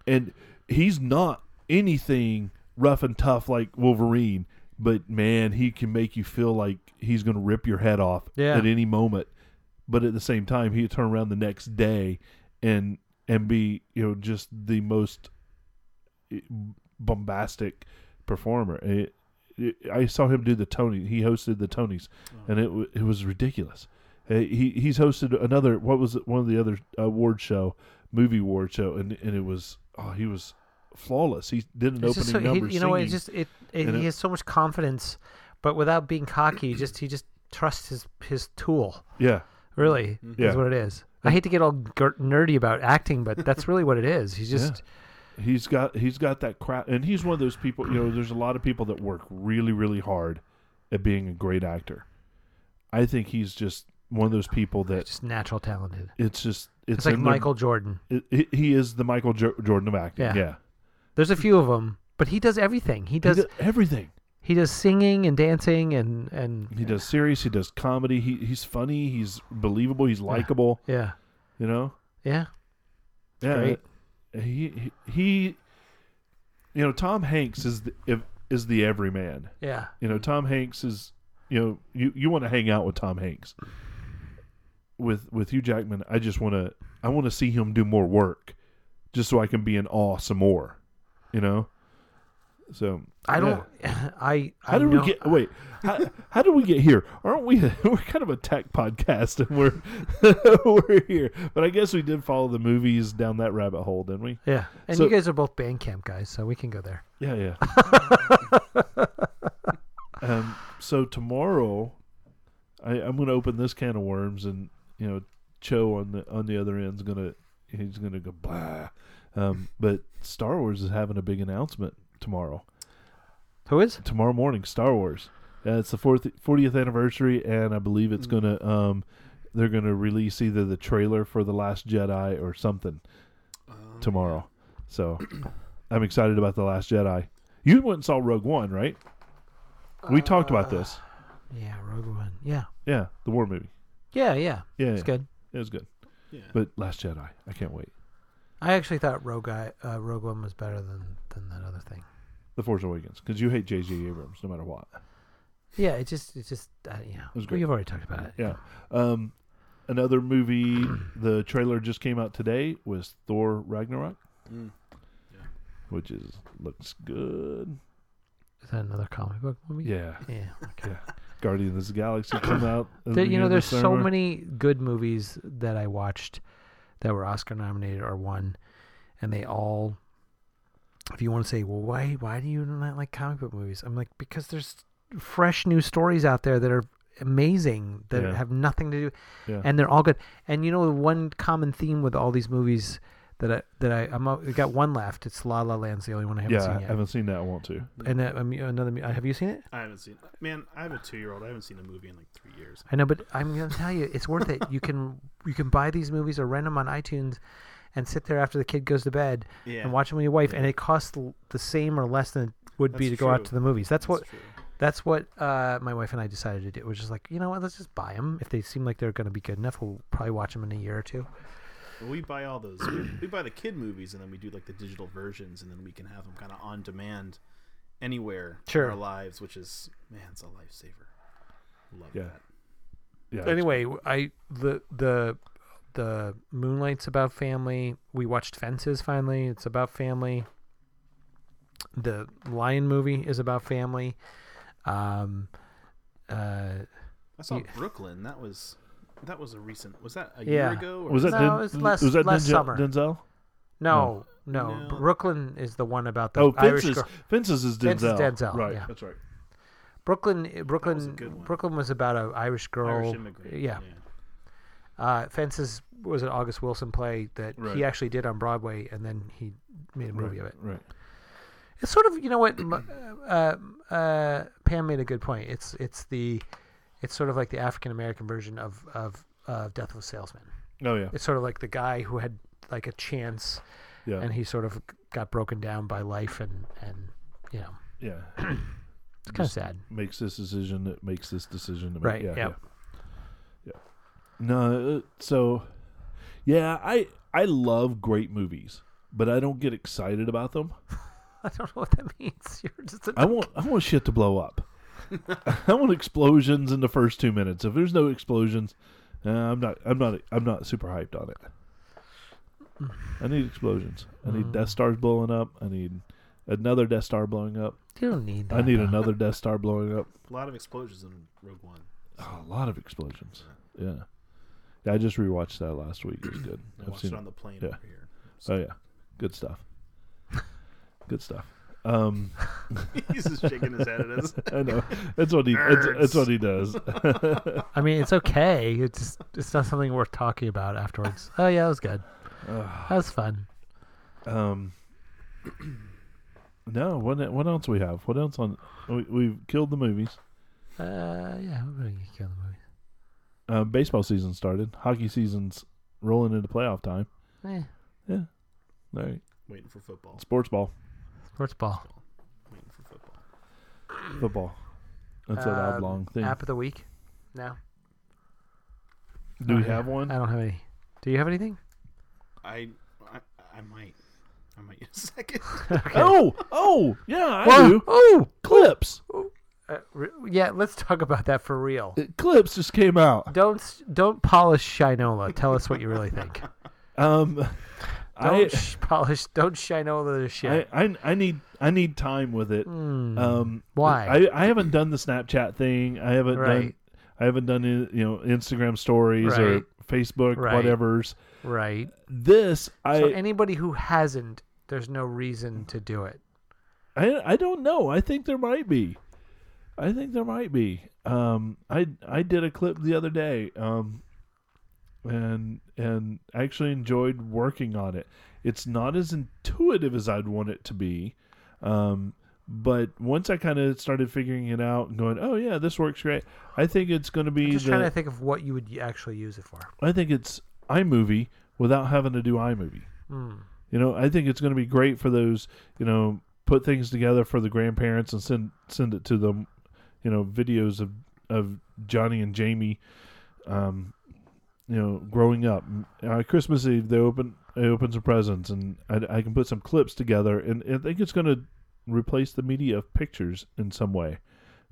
Speaker 3: and he's not anything rough and tough like Wolverine, but man, he can make you feel like he's going to rip your head off
Speaker 2: Yeah.
Speaker 3: at any moment. But at the same time, he turn around the next day and and be you know just the most bombastic performer. It, it, I saw him do the Tony. He hosted the Tonys,
Speaker 2: Oh.
Speaker 3: and it wa- it was ridiculous. Uh, He he's hosted another. What was it, one of the other award show, movie award show, and and it was oh he was flawless. He did an
Speaker 2: It's
Speaker 3: opening
Speaker 2: just so, he-
Speaker 3: number.
Speaker 2: you know, what,
Speaker 3: singing.
Speaker 2: it's just it. it
Speaker 3: And
Speaker 2: he
Speaker 3: it-
Speaker 2: has so much confidence, but without being cocky, he just he just trusts his his tool.
Speaker 3: yeah
Speaker 2: Really,
Speaker 3: Mm-hmm. Yeah.
Speaker 2: is what it is. I hate to get all ger- nerdy about acting, but
Speaker 3: *laughs*
Speaker 2: that's really what it is. He's just
Speaker 3: he's got he's got that crap, and he's one of those people. You know, there's a lot of people that work really really hard at being a great actor. I think he's just one of those people that
Speaker 2: just natural talented.
Speaker 3: it's just
Speaker 2: It's,
Speaker 3: it's,
Speaker 2: like
Speaker 3: in their-
Speaker 2: Michael Jordan.
Speaker 3: It- it- he is the Michael jo- Jordan of acting.
Speaker 2: Yeah.
Speaker 3: Yeah,
Speaker 2: There's a few of them, but he does everything. He
Speaker 3: he
Speaker 2: does
Speaker 3: does everything.
Speaker 2: he does singing and dancing and and
Speaker 3: He does serious. He does comedy. He he's funny. He's believable. He's likable.
Speaker 2: yeah
Speaker 3: You know.
Speaker 2: yeah
Speaker 3: Yeah. uh,
Speaker 2: great.
Speaker 3: He, he he. You know, Tom Hanks is the if- is the everyman.
Speaker 2: yeah.
Speaker 3: You know, Tom Hanks is. You know, you you want to hang out with Tom Hanks. With with Hugh Jackman, I just want to I want to see him do more work, just so I can be in awe some more. You know. So
Speaker 2: I
Speaker 3: yeah.
Speaker 2: don't. *sighs* I
Speaker 3: How
Speaker 2: I
Speaker 3: did
Speaker 2: know-
Speaker 3: we get? Wait, how, how did we get here? Aren't we? *laughs* We're kind of a tech podcast, and we're *laughs* we're here. But I guess we did follow the movies down that rabbit hole, didn't we?
Speaker 2: Yeah, and
Speaker 3: So-
Speaker 2: you guys are both Bandcamp guys, so we can go there.
Speaker 3: Yeah, yeah. *laughs* um. So tomorrow, I, I'm going to open this can of worms, and you know, Cho on the on the other end's gonna he's gonna go blah. Um. But Star Wars is having a big announcement tomorrow.
Speaker 2: Who is?
Speaker 3: tomorrow morning Star Wars. Uh, it's the fourth, 40th anniversary, and I believe it's gonna um, they're gonna release either the trailer for the Last Jedi or something tomorrow. So *clears throat* I'm excited about the Last Jedi. You went and saw Rogue One, right? We talked about this.
Speaker 2: Yeah, Rogue One. Yeah,
Speaker 3: Yeah, the war movie.
Speaker 2: yeah, yeah.
Speaker 3: Yeah,
Speaker 2: It's
Speaker 3: yeah.
Speaker 2: good.
Speaker 3: It was good.
Speaker 4: Yeah.
Speaker 3: But Last Jedi, I can't wait.
Speaker 2: I actually thought Rogue Eye- uh, Rogue One was better than than that other thing.
Speaker 3: The Force Awakens, because you hate J.J. Abrams no matter what.
Speaker 2: Yeah, it just it just uh, yeah.
Speaker 3: was
Speaker 2: Well,
Speaker 3: great.
Speaker 2: you've already talked about it.
Speaker 3: Yeah. Um, another movie, the trailer just came out today was Thor Ragnarok.
Speaker 4: Mm.
Speaker 3: which is looks good.
Speaker 2: Is that another comic book movie?
Speaker 3: Yeah,
Speaker 2: Yeah. Okay.
Speaker 3: *laughs* Guardians of the
Speaker 2: *coughs*
Speaker 3: Galaxy comes out. at the
Speaker 2: There- you
Speaker 3: beginning
Speaker 2: know,
Speaker 3: of
Speaker 2: there's
Speaker 3: the
Speaker 2: so
Speaker 3: summer.
Speaker 2: many good movies that I watched that were Oscar nominated or won, and they all. If you want to say, well, why why do you not like comic book movies? I'm like because there's fresh new stories out there that are amazing that
Speaker 3: Yeah.
Speaker 2: have nothing to do,
Speaker 3: Yeah.
Speaker 2: and they're all good. And you know, the one common theme with all these movies that I that I I'm I got one left. It's La La Land's the only one I haven't
Speaker 3: yeah,
Speaker 2: seen
Speaker 3: I
Speaker 2: yet.
Speaker 3: haven't seen that. I want to.
Speaker 2: And uh, um, another, mu- have you seen it?
Speaker 4: I haven't seen. Man, I have a two-year-old. I haven't seen a movie in like three years.
Speaker 2: I know, but I'm gonna tell you, it's worth it. You can you can buy these movies or rent them on iTunes, and sit there after the kid goes to bed
Speaker 4: Yeah,
Speaker 2: and watch them with your wife, and
Speaker 4: Yeah.
Speaker 2: it costs l- the same or less than it would be to
Speaker 4: That's
Speaker 2: go out
Speaker 4: true.
Speaker 2: to the movies. That's, what
Speaker 4: true.
Speaker 2: that's what uh, my wife and I decided to do. We're just like, you know what, let's just buy them. If they seem like they're gonna be good enough, we'll probably watch them in a year or two.
Speaker 4: We buy all those. We, we buy the kid movies, and then we do like the digital versions, and then we can have them kind of on demand anywhere
Speaker 2: Sure.
Speaker 4: in our lives, which is man, it's a lifesaver. Love
Speaker 3: Yeah.
Speaker 4: that.
Speaker 3: Yeah,
Speaker 2: Anyway, I the the the Moonlight's about family. We watched Fences finally. It's about family. The Lion movie is about family. Um, uh,
Speaker 4: I saw
Speaker 2: Yeah.
Speaker 4: Brooklyn. That was that was a recent. Was that a
Speaker 2: Yeah.
Speaker 4: year ago? Or
Speaker 3: was that
Speaker 2: No,
Speaker 3: Den-
Speaker 2: it was last-
Speaker 3: was that
Speaker 2: last
Speaker 3: Denzel?
Speaker 2: summer.
Speaker 3: Denzel?
Speaker 2: no,
Speaker 3: No.
Speaker 2: no,
Speaker 4: No.
Speaker 2: Brooklyn is the one about the
Speaker 3: Hmm. Oh,
Speaker 2: Irish
Speaker 3: Fences.
Speaker 2: girl.
Speaker 3: Fences is Denzel.
Speaker 2: Fences is Denzel,
Speaker 3: Right.
Speaker 2: yeah.
Speaker 3: That's right.
Speaker 2: Brooklyn, eh, Brooklyn,
Speaker 4: was a good one.
Speaker 2: Brooklyn was about an Irish girl.
Speaker 4: Irish immigrant?
Speaker 2: Oh, Yeah. Uh, Fences was an August Wilson play that
Speaker 3: Right.
Speaker 2: he actually did on Broadway, and then he made a movie
Speaker 3: right,
Speaker 2: of it.
Speaker 3: Right.
Speaker 2: It's sort of you know what m- uh, uh, Pam made a good point. It's it's the it's sort of like the African American version of of of Death of a Salesman.
Speaker 3: Oh yeah.
Speaker 2: It's sort of like the guy who had like a chance
Speaker 3: Yeah.
Speaker 2: and he sort of got broken down by life and and you know
Speaker 3: yeah.
Speaker 2: it's kind of sad. *laughs*
Speaker 3: makes this decision that makes this decision. That
Speaker 2: Right,
Speaker 3: Make, yeah,
Speaker 2: yep.
Speaker 3: yeah. Yeah. No. uh, So, yeah, I I love great movies, but I don't get excited about them.
Speaker 2: I don't know what that *laughs* means. You're just a,
Speaker 3: I want I want shit to blow up. *laughs* I want explosions in the first two minutes. If there's no explosions, uh, I'm not I'm not I'm not super hyped on it. I need explosions. I
Speaker 2: Mm.
Speaker 3: need Death Stars blowing up. I need another Death Star blowing up.
Speaker 2: you don't need that. *laughs*
Speaker 3: I need
Speaker 2: though.
Speaker 3: another Death Star blowing up.
Speaker 4: A lot of explosions in Rogue One.
Speaker 3: Oh, a lot of explosions. Yeah. Yeah, I just rewatched that last week. It was
Speaker 4: *clears throat*
Speaker 3: good.
Speaker 4: I
Speaker 3: I've
Speaker 4: watched it
Speaker 3: seen
Speaker 4: on the plane
Speaker 3: yeah.
Speaker 4: over here. *laughs*
Speaker 3: Oh yeah. Good stuff. Good stuff. Um
Speaker 4: He's just shaking his head at us.
Speaker 3: I
Speaker 4: *laughs*
Speaker 3: know. That's what he that's, that's what he does.
Speaker 2: I mean, it's okay. It's just, it's not something worth talking about
Speaker 3: *laughs*
Speaker 2: afterwards. oh yeah, that was good. that was fun.
Speaker 3: *laughs* Um No, what what else we have? What else on we, we've killed the movies.
Speaker 2: Uh, yeah, we're gonna kill the movie.
Speaker 3: Uh, baseball season started. Hockey season's rolling into playoff time.
Speaker 2: Eh,
Speaker 3: Yeah. All right.
Speaker 4: Waiting for football.
Speaker 3: Sports ball.
Speaker 2: sports ball.
Speaker 4: Waiting for football.
Speaker 3: Football. That's an
Speaker 2: Um,
Speaker 3: oblong thing.
Speaker 2: App of the week. No,
Speaker 3: Do we have one?
Speaker 2: I don't have any. Do you have anything?
Speaker 4: I, I, I might, I might *laughs* in a second.
Speaker 3: Oh, oh, yeah, I do.
Speaker 2: Oh,
Speaker 3: Clips.
Speaker 2: uh, re- yeah. Let's talk about that for real.
Speaker 3: Uh, Clips just came out.
Speaker 2: Don't s- don't polish Shinola. Tell us what you really think. *laughs*
Speaker 3: Um, *laughs* I,
Speaker 2: Don't sh- polish. Don't Shinola the shit. Hmm.
Speaker 3: I, I, I need, I need time with it. Um,
Speaker 2: Why?
Speaker 3: I, I haven't done the Snapchat thing. I haven't done,
Speaker 2: Right.
Speaker 3: I haven't done, in- you know, Instagram stories or
Speaker 2: Right.
Speaker 3: Facebook,
Speaker 2: Right.
Speaker 3: whatever's.
Speaker 2: right.
Speaker 3: This, I,
Speaker 2: So anybody who hasn't, there's no reason to do it.
Speaker 3: I, I don't know. I think there might be. I think there might be. Um, I, I did a clip the other day. Um, and and actually enjoyed working on it. It's not as intuitive as I'd want it to be, um, but once I kind of started figuring it out and going, "Oh yeah, this works great," I think it's going to be
Speaker 2: Just trying to
Speaker 3: the.
Speaker 2: think of what you would y- actually use it for.
Speaker 3: I think it's iMovie without having to do iMovie. You know, I think it's going to be great for those. You know, put things together for the grandparents and send send it to them. You know, videos of of Johnny and Jamie. Um, you know, growing up, uh, Christmas Eve they open they open some presents, and I, I can put some clips together, and I think it's going to replace the media of pictures in some way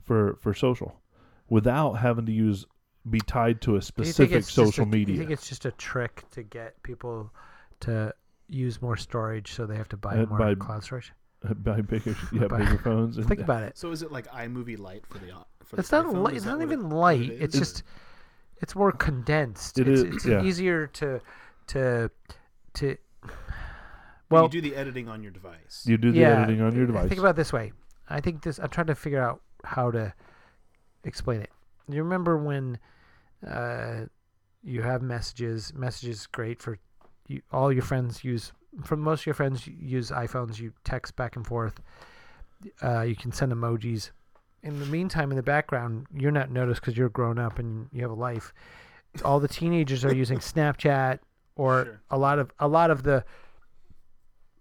Speaker 3: for for social, without having to use be tied to
Speaker 2: Do you
Speaker 3: a
Speaker 2: think
Speaker 3: specific
Speaker 2: it's just
Speaker 3: social
Speaker 2: a- Do
Speaker 3: media.
Speaker 2: you think it's just a trick to get people to use more storage, so they have to buy
Speaker 3: Uh,
Speaker 2: more
Speaker 3: buy-
Speaker 2: cloud storage.
Speaker 3: *laughs* buy bigger, yeah,
Speaker 2: *laughs* Buy-
Speaker 3: bigger phones. And,
Speaker 2: Think about it.
Speaker 4: So is it like iMovie Lite for the o- for
Speaker 2: It's
Speaker 4: the
Speaker 2: not
Speaker 4: iPhone?
Speaker 2: light.
Speaker 4: Is
Speaker 2: It's
Speaker 4: that
Speaker 2: not
Speaker 4: what
Speaker 2: even
Speaker 4: it-
Speaker 2: light.
Speaker 4: what it
Speaker 2: It's
Speaker 4: is?
Speaker 2: just it's more condensed.
Speaker 3: It
Speaker 2: it's
Speaker 3: is-
Speaker 2: it's
Speaker 3: yeah.
Speaker 2: easier to to to. *sighs*
Speaker 4: But
Speaker 2: Well,
Speaker 4: you do the editing on your device.
Speaker 3: You do the
Speaker 2: yeah,
Speaker 3: editing on your device.
Speaker 2: Think about it this way. I think this. I'm trying to figure out how to explain it. You remember when uh, you have messages? Messages is great for you, all your friends use. From most of your friends use iPhones. You text back and forth. Uh, you can send emojis. In the meantime, in the background, you're not noticed because you're grown up and you have a life. All the teenagers are
Speaker 3: *laughs*
Speaker 2: using Snapchat or
Speaker 4: Sure.
Speaker 2: a lot of a lot of the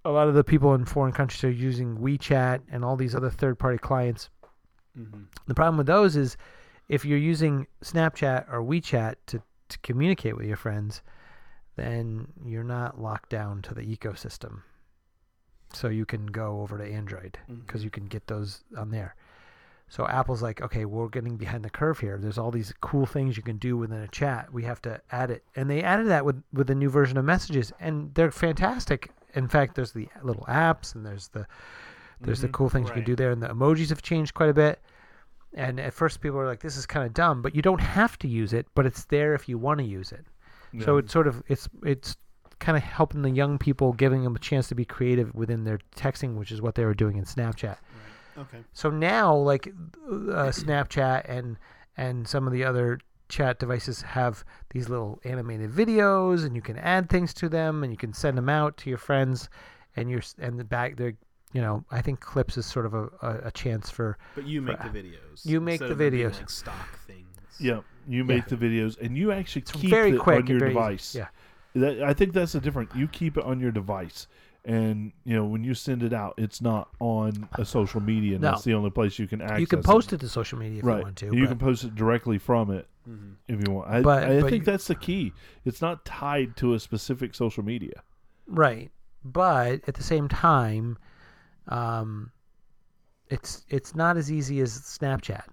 Speaker 2: a lot of the people in foreign countries are using WeChat and all these other third party clients.
Speaker 4: Mm-hmm.
Speaker 2: The problem with those is if you're using Snapchat or WeChat to, to communicate with your friends, then you're not locked down to the ecosystem. So you can go over to Android because you can get those on there. So Apple's like, okay, we're getting behind the curve here. There's all these cool things you can do within a chat. We have to add it, and they added that with with the new version of Messages, and they're fantastic. In fact, there's the little apps, and there's the there's the cool things you can
Speaker 4: right.
Speaker 2: do there, and the emojis have changed quite a bit. And at first, people are like, "This is kind of dumb," but you don't have to use it, but it's there if you want to use it. So it's sort of it's it's kind of helping the young people, giving them a chance to be creative within their texting, which is what they were doing in Snapchat.
Speaker 4: Okay.
Speaker 2: So now, like uh, Snapchat and and some of the other chat devices have these little animated videos, and you can add things to them, and you can send them out to your friends, and your and the back they're you know I think clips is sort of a, a, a chance for
Speaker 4: But you make the videos.
Speaker 2: You make
Speaker 4: instead
Speaker 2: the
Speaker 4: of them being,
Speaker 2: videos.
Speaker 4: Like stock things.
Speaker 3: yeah, you make
Speaker 2: Yeah.
Speaker 3: the videos and you actually
Speaker 2: it's
Speaker 3: keep
Speaker 2: very
Speaker 3: it
Speaker 2: quick
Speaker 3: on your
Speaker 2: and very easy.
Speaker 3: device.
Speaker 2: Yeah,
Speaker 3: That, I think that's the difference. You keep it on your device, and you know when you send it out, it's not on a social media. And
Speaker 2: No.
Speaker 3: That's the only place you can access.
Speaker 2: you can post it to social media if
Speaker 3: right.
Speaker 2: you want to.
Speaker 3: You
Speaker 2: but-
Speaker 3: can post it directly from it
Speaker 4: Mhm.
Speaker 3: if you want. I,
Speaker 2: But-
Speaker 3: I
Speaker 2: but
Speaker 3: think
Speaker 2: you-
Speaker 3: that's the key. It's not tied to a specific social media.
Speaker 2: Right, but at the same time, um, it's it's not as easy as Snapchat.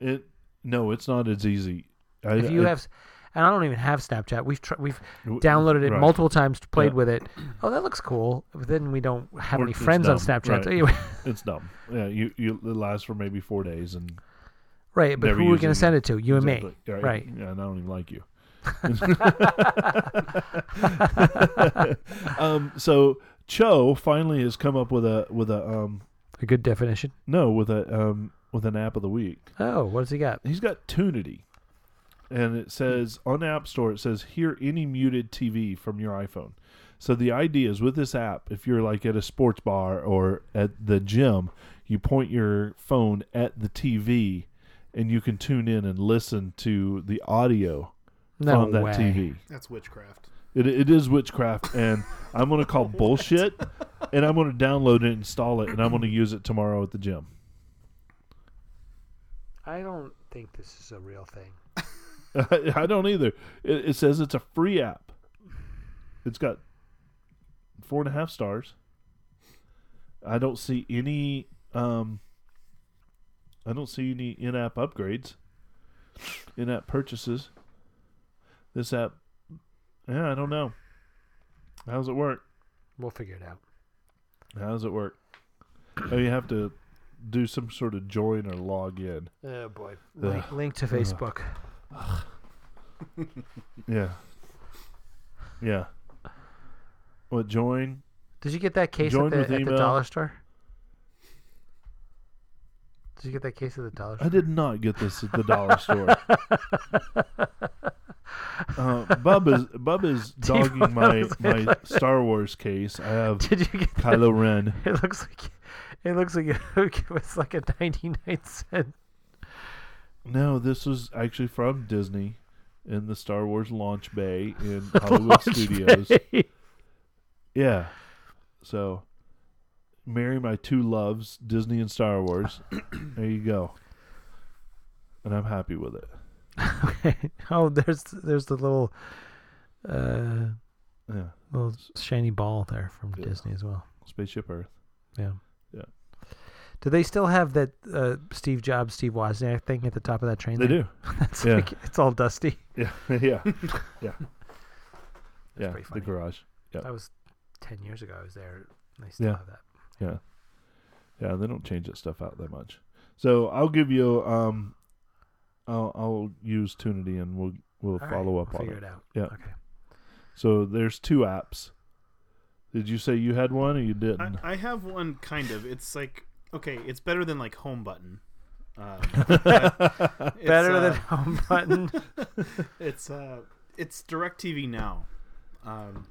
Speaker 3: It no, it's not as easy. I,
Speaker 2: If you
Speaker 3: I-
Speaker 2: have, and I don't even have Snapchat. We've tr- we've
Speaker 3: W-
Speaker 2: downloaded it
Speaker 3: right.
Speaker 2: multiple times, played
Speaker 3: Yeah.
Speaker 2: with it. Oh, that looks cool. But then we don't have
Speaker 3: Or
Speaker 2: any
Speaker 3: it's
Speaker 2: friends on
Speaker 3: dumb,
Speaker 2: Snapchat.
Speaker 3: right.
Speaker 2: So anyway, *laughs*
Speaker 3: it's dumb. Yeah, you, you it lasts for maybe four days and
Speaker 2: right? But
Speaker 3: Never
Speaker 2: who are we
Speaker 3: using
Speaker 2: going
Speaker 3: it.
Speaker 2: to send it to? You and me,
Speaker 3: Exactly.
Speaker 2: right?
Speaker 3: Yeah, and I don't even like
Speaker 2: *laughs*
Speaker 3: you. *laughs* um, so Cho finally has come up with a with a um
Speaker 2: A good definition.
Speaker 3: no with a um with an app of the week.
Speaker 2: Oh, what does he got?
Speaker 3: He's got Tunity, and it says on the App Store it says hear any muted TV from your iPhone. So the idea is with this app, if you're like at a sports bar or at the gym, you point your phone at the TV, and you can tune in and listen to the audio
Speaker 2: No
Speaker 3: on that
Speaker 2: way.
Speaker 3: TV.
Speaker 4: That's witchcraft.
Speaker 3: It, it is witchcraft, and I'm
Speaker 2: *laughs*
Speaker 3: going to call bullshit, and I'm going to download it, install it, and I'm going to use it tomorrow at the gym. *laughs*
Speaker 2: I don't think this is a real thing.
Speaker 3: I don't either. It, it says it's a free app. It's got four and a half stars. I don't see any. Um, I don't see any in-app upgrades, in-app purchases. This app, yeah, I don't know. How does it work?
Speaker 2: We'll figure it out.
Speaker 3: How does it work? Oh, you have to do some sort of join or log in.
Speaker 2: Oh boy. Link, link to Facebook.
Speaker 3: Yeah. Yeah. What join?
Speaker 2: Did you get that case
Speaker 3: Join
Speaker 2: at the, at
Speaker 3: with
Speaker 2: the
Speaker 3: email.
Speaker 2: dollar store? Did you get that case at the dollar
Speaker 3: I
Speaker 2: store?
Speaker 3: did not get this at the dollar store. Uh, Bubba's Bubba's dogging my my Star Wars case. I
Speaker 2: *laughs*
Speaker 3: have
Speaker 2: Did you get that?
Speaker 3: Kylo Ren.
Speaker 2: *laughs* It looks like it *laughs* looks like it was like a ninety nine cent.
Speaker 3: No, this was actually from Disney in the Star Wars launch bay in Hollywood Studios. Yeah. So, marry my two loves, Disney and
Speaker 2: *coughs*
Speaker 3: Star Wars. there you go. And I'm happy with it.
Speaker 2: *laughs* oh, there's there's the little uh
Speaker 3: Yeah.
Speaker 2: little shiny ball there from
Speaker 3: Yeah.
Speaker 2: Disney as well.
Speaker 3: Spaceship Earth.
Speaker 2: Yeah.
Speaker 3: Yeah.
Speaker 2: Do they still have that uh, Steve Jobs, Steve Wozniak thing at the top of that train?
Speaker 3: They
Speaker 2: there?
Speaker 3: do.
Speaker 2: *laughs* That's
Speaker 3: Yeah.
Speaker 2: like, it's all dusty.
Speaker 3: *laughs*
Speaker 2: *laughs*
Speaker 3: Yeah. yeah. yeah. yeah.
Speaker 2: pretty
Speaker 3: The
Speaker 2: funny.
Speaker 3: garage.
Speaker 2: I was ten years ago I was there. and They still
Speaker 3: Yeah.
Speaker 2: have that.
Speaker 3: Yeah. Yeah, they don't change that stuff out that much. So I'll give you um I'll I'll use Tunity and we'll we'll
Speaker 2: All right,
Speaker 3: follow up
Speaker 2: we'll
Speaker 3: on
Speaker 2: figure
Speaker 3: it.
Speaker 2: it out.
Speaker 3: Yeah.
Speaker 2: Okay.
Speaker 3: So there's two apps. Did you say you had one or you didn't?
Speaker 4: I, I have one kind of. It's like okay, it's better than like home button.
Speaker 2: *laughs*
Speaker 4: Um, it's,
Speaker 2: Better
Speaker 4: uh,
Speaker 2: than *laughs* home button.
Speaker 4: it's uh it's DirecTV now. Um,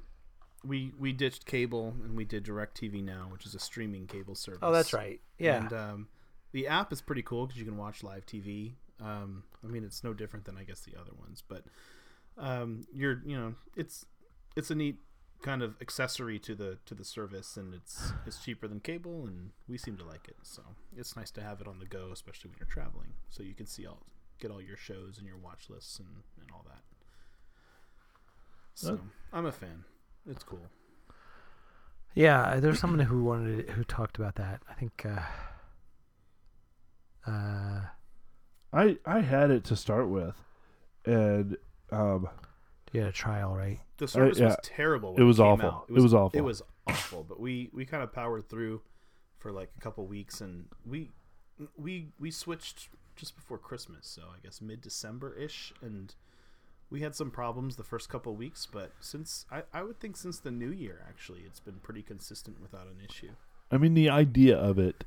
Speaker 4: we we ditched cable and we did DirecTV now, which is a streaming cable service.
Speaker 2: oh, that's right. Yeah.
Speaker 4: And um, the app is pretty cool because you can watch live TV. Um, I mean, it's no different than I guess the other ones, but um, you're you know it's it's a neat kind of accessory to the to the service, and it's it's cheaper than cable, and we seem to like it. So it's nice to have it on the go, especially when you're traveling, so you can see all get all your shows and your watch lists and and all that. So
Speaker 3: That-
Speaker 4: I'm a fan. It's cool.
Speaker 2: Yeah, there's someone who wanted to, who talked about that. I think. Uh, uh,
Speaker 3: I I had it to start with, and um,
Speaker 2: you had a trial, right?
Speaker 4: The service
Speaker 3: Uh, yeah.
Speaker 4: was terrible.
Speaker 3: It
Speaker 4: When it
Speaker 3: was
Speaker 4: came
Speaker 3: awful.
Speaker 4: out.
Speaker 3: It was awful.
Speaker 4: It was awful. But we we kind of powered through for like a couple weeks, and we we we switched just before Christmas, so I guess mid December ish, and we had some problems the first couple weeks. But since I I would think since the new year actually, it's been pretty consistent without an issue.
Speaker 3: I mean the idea of it,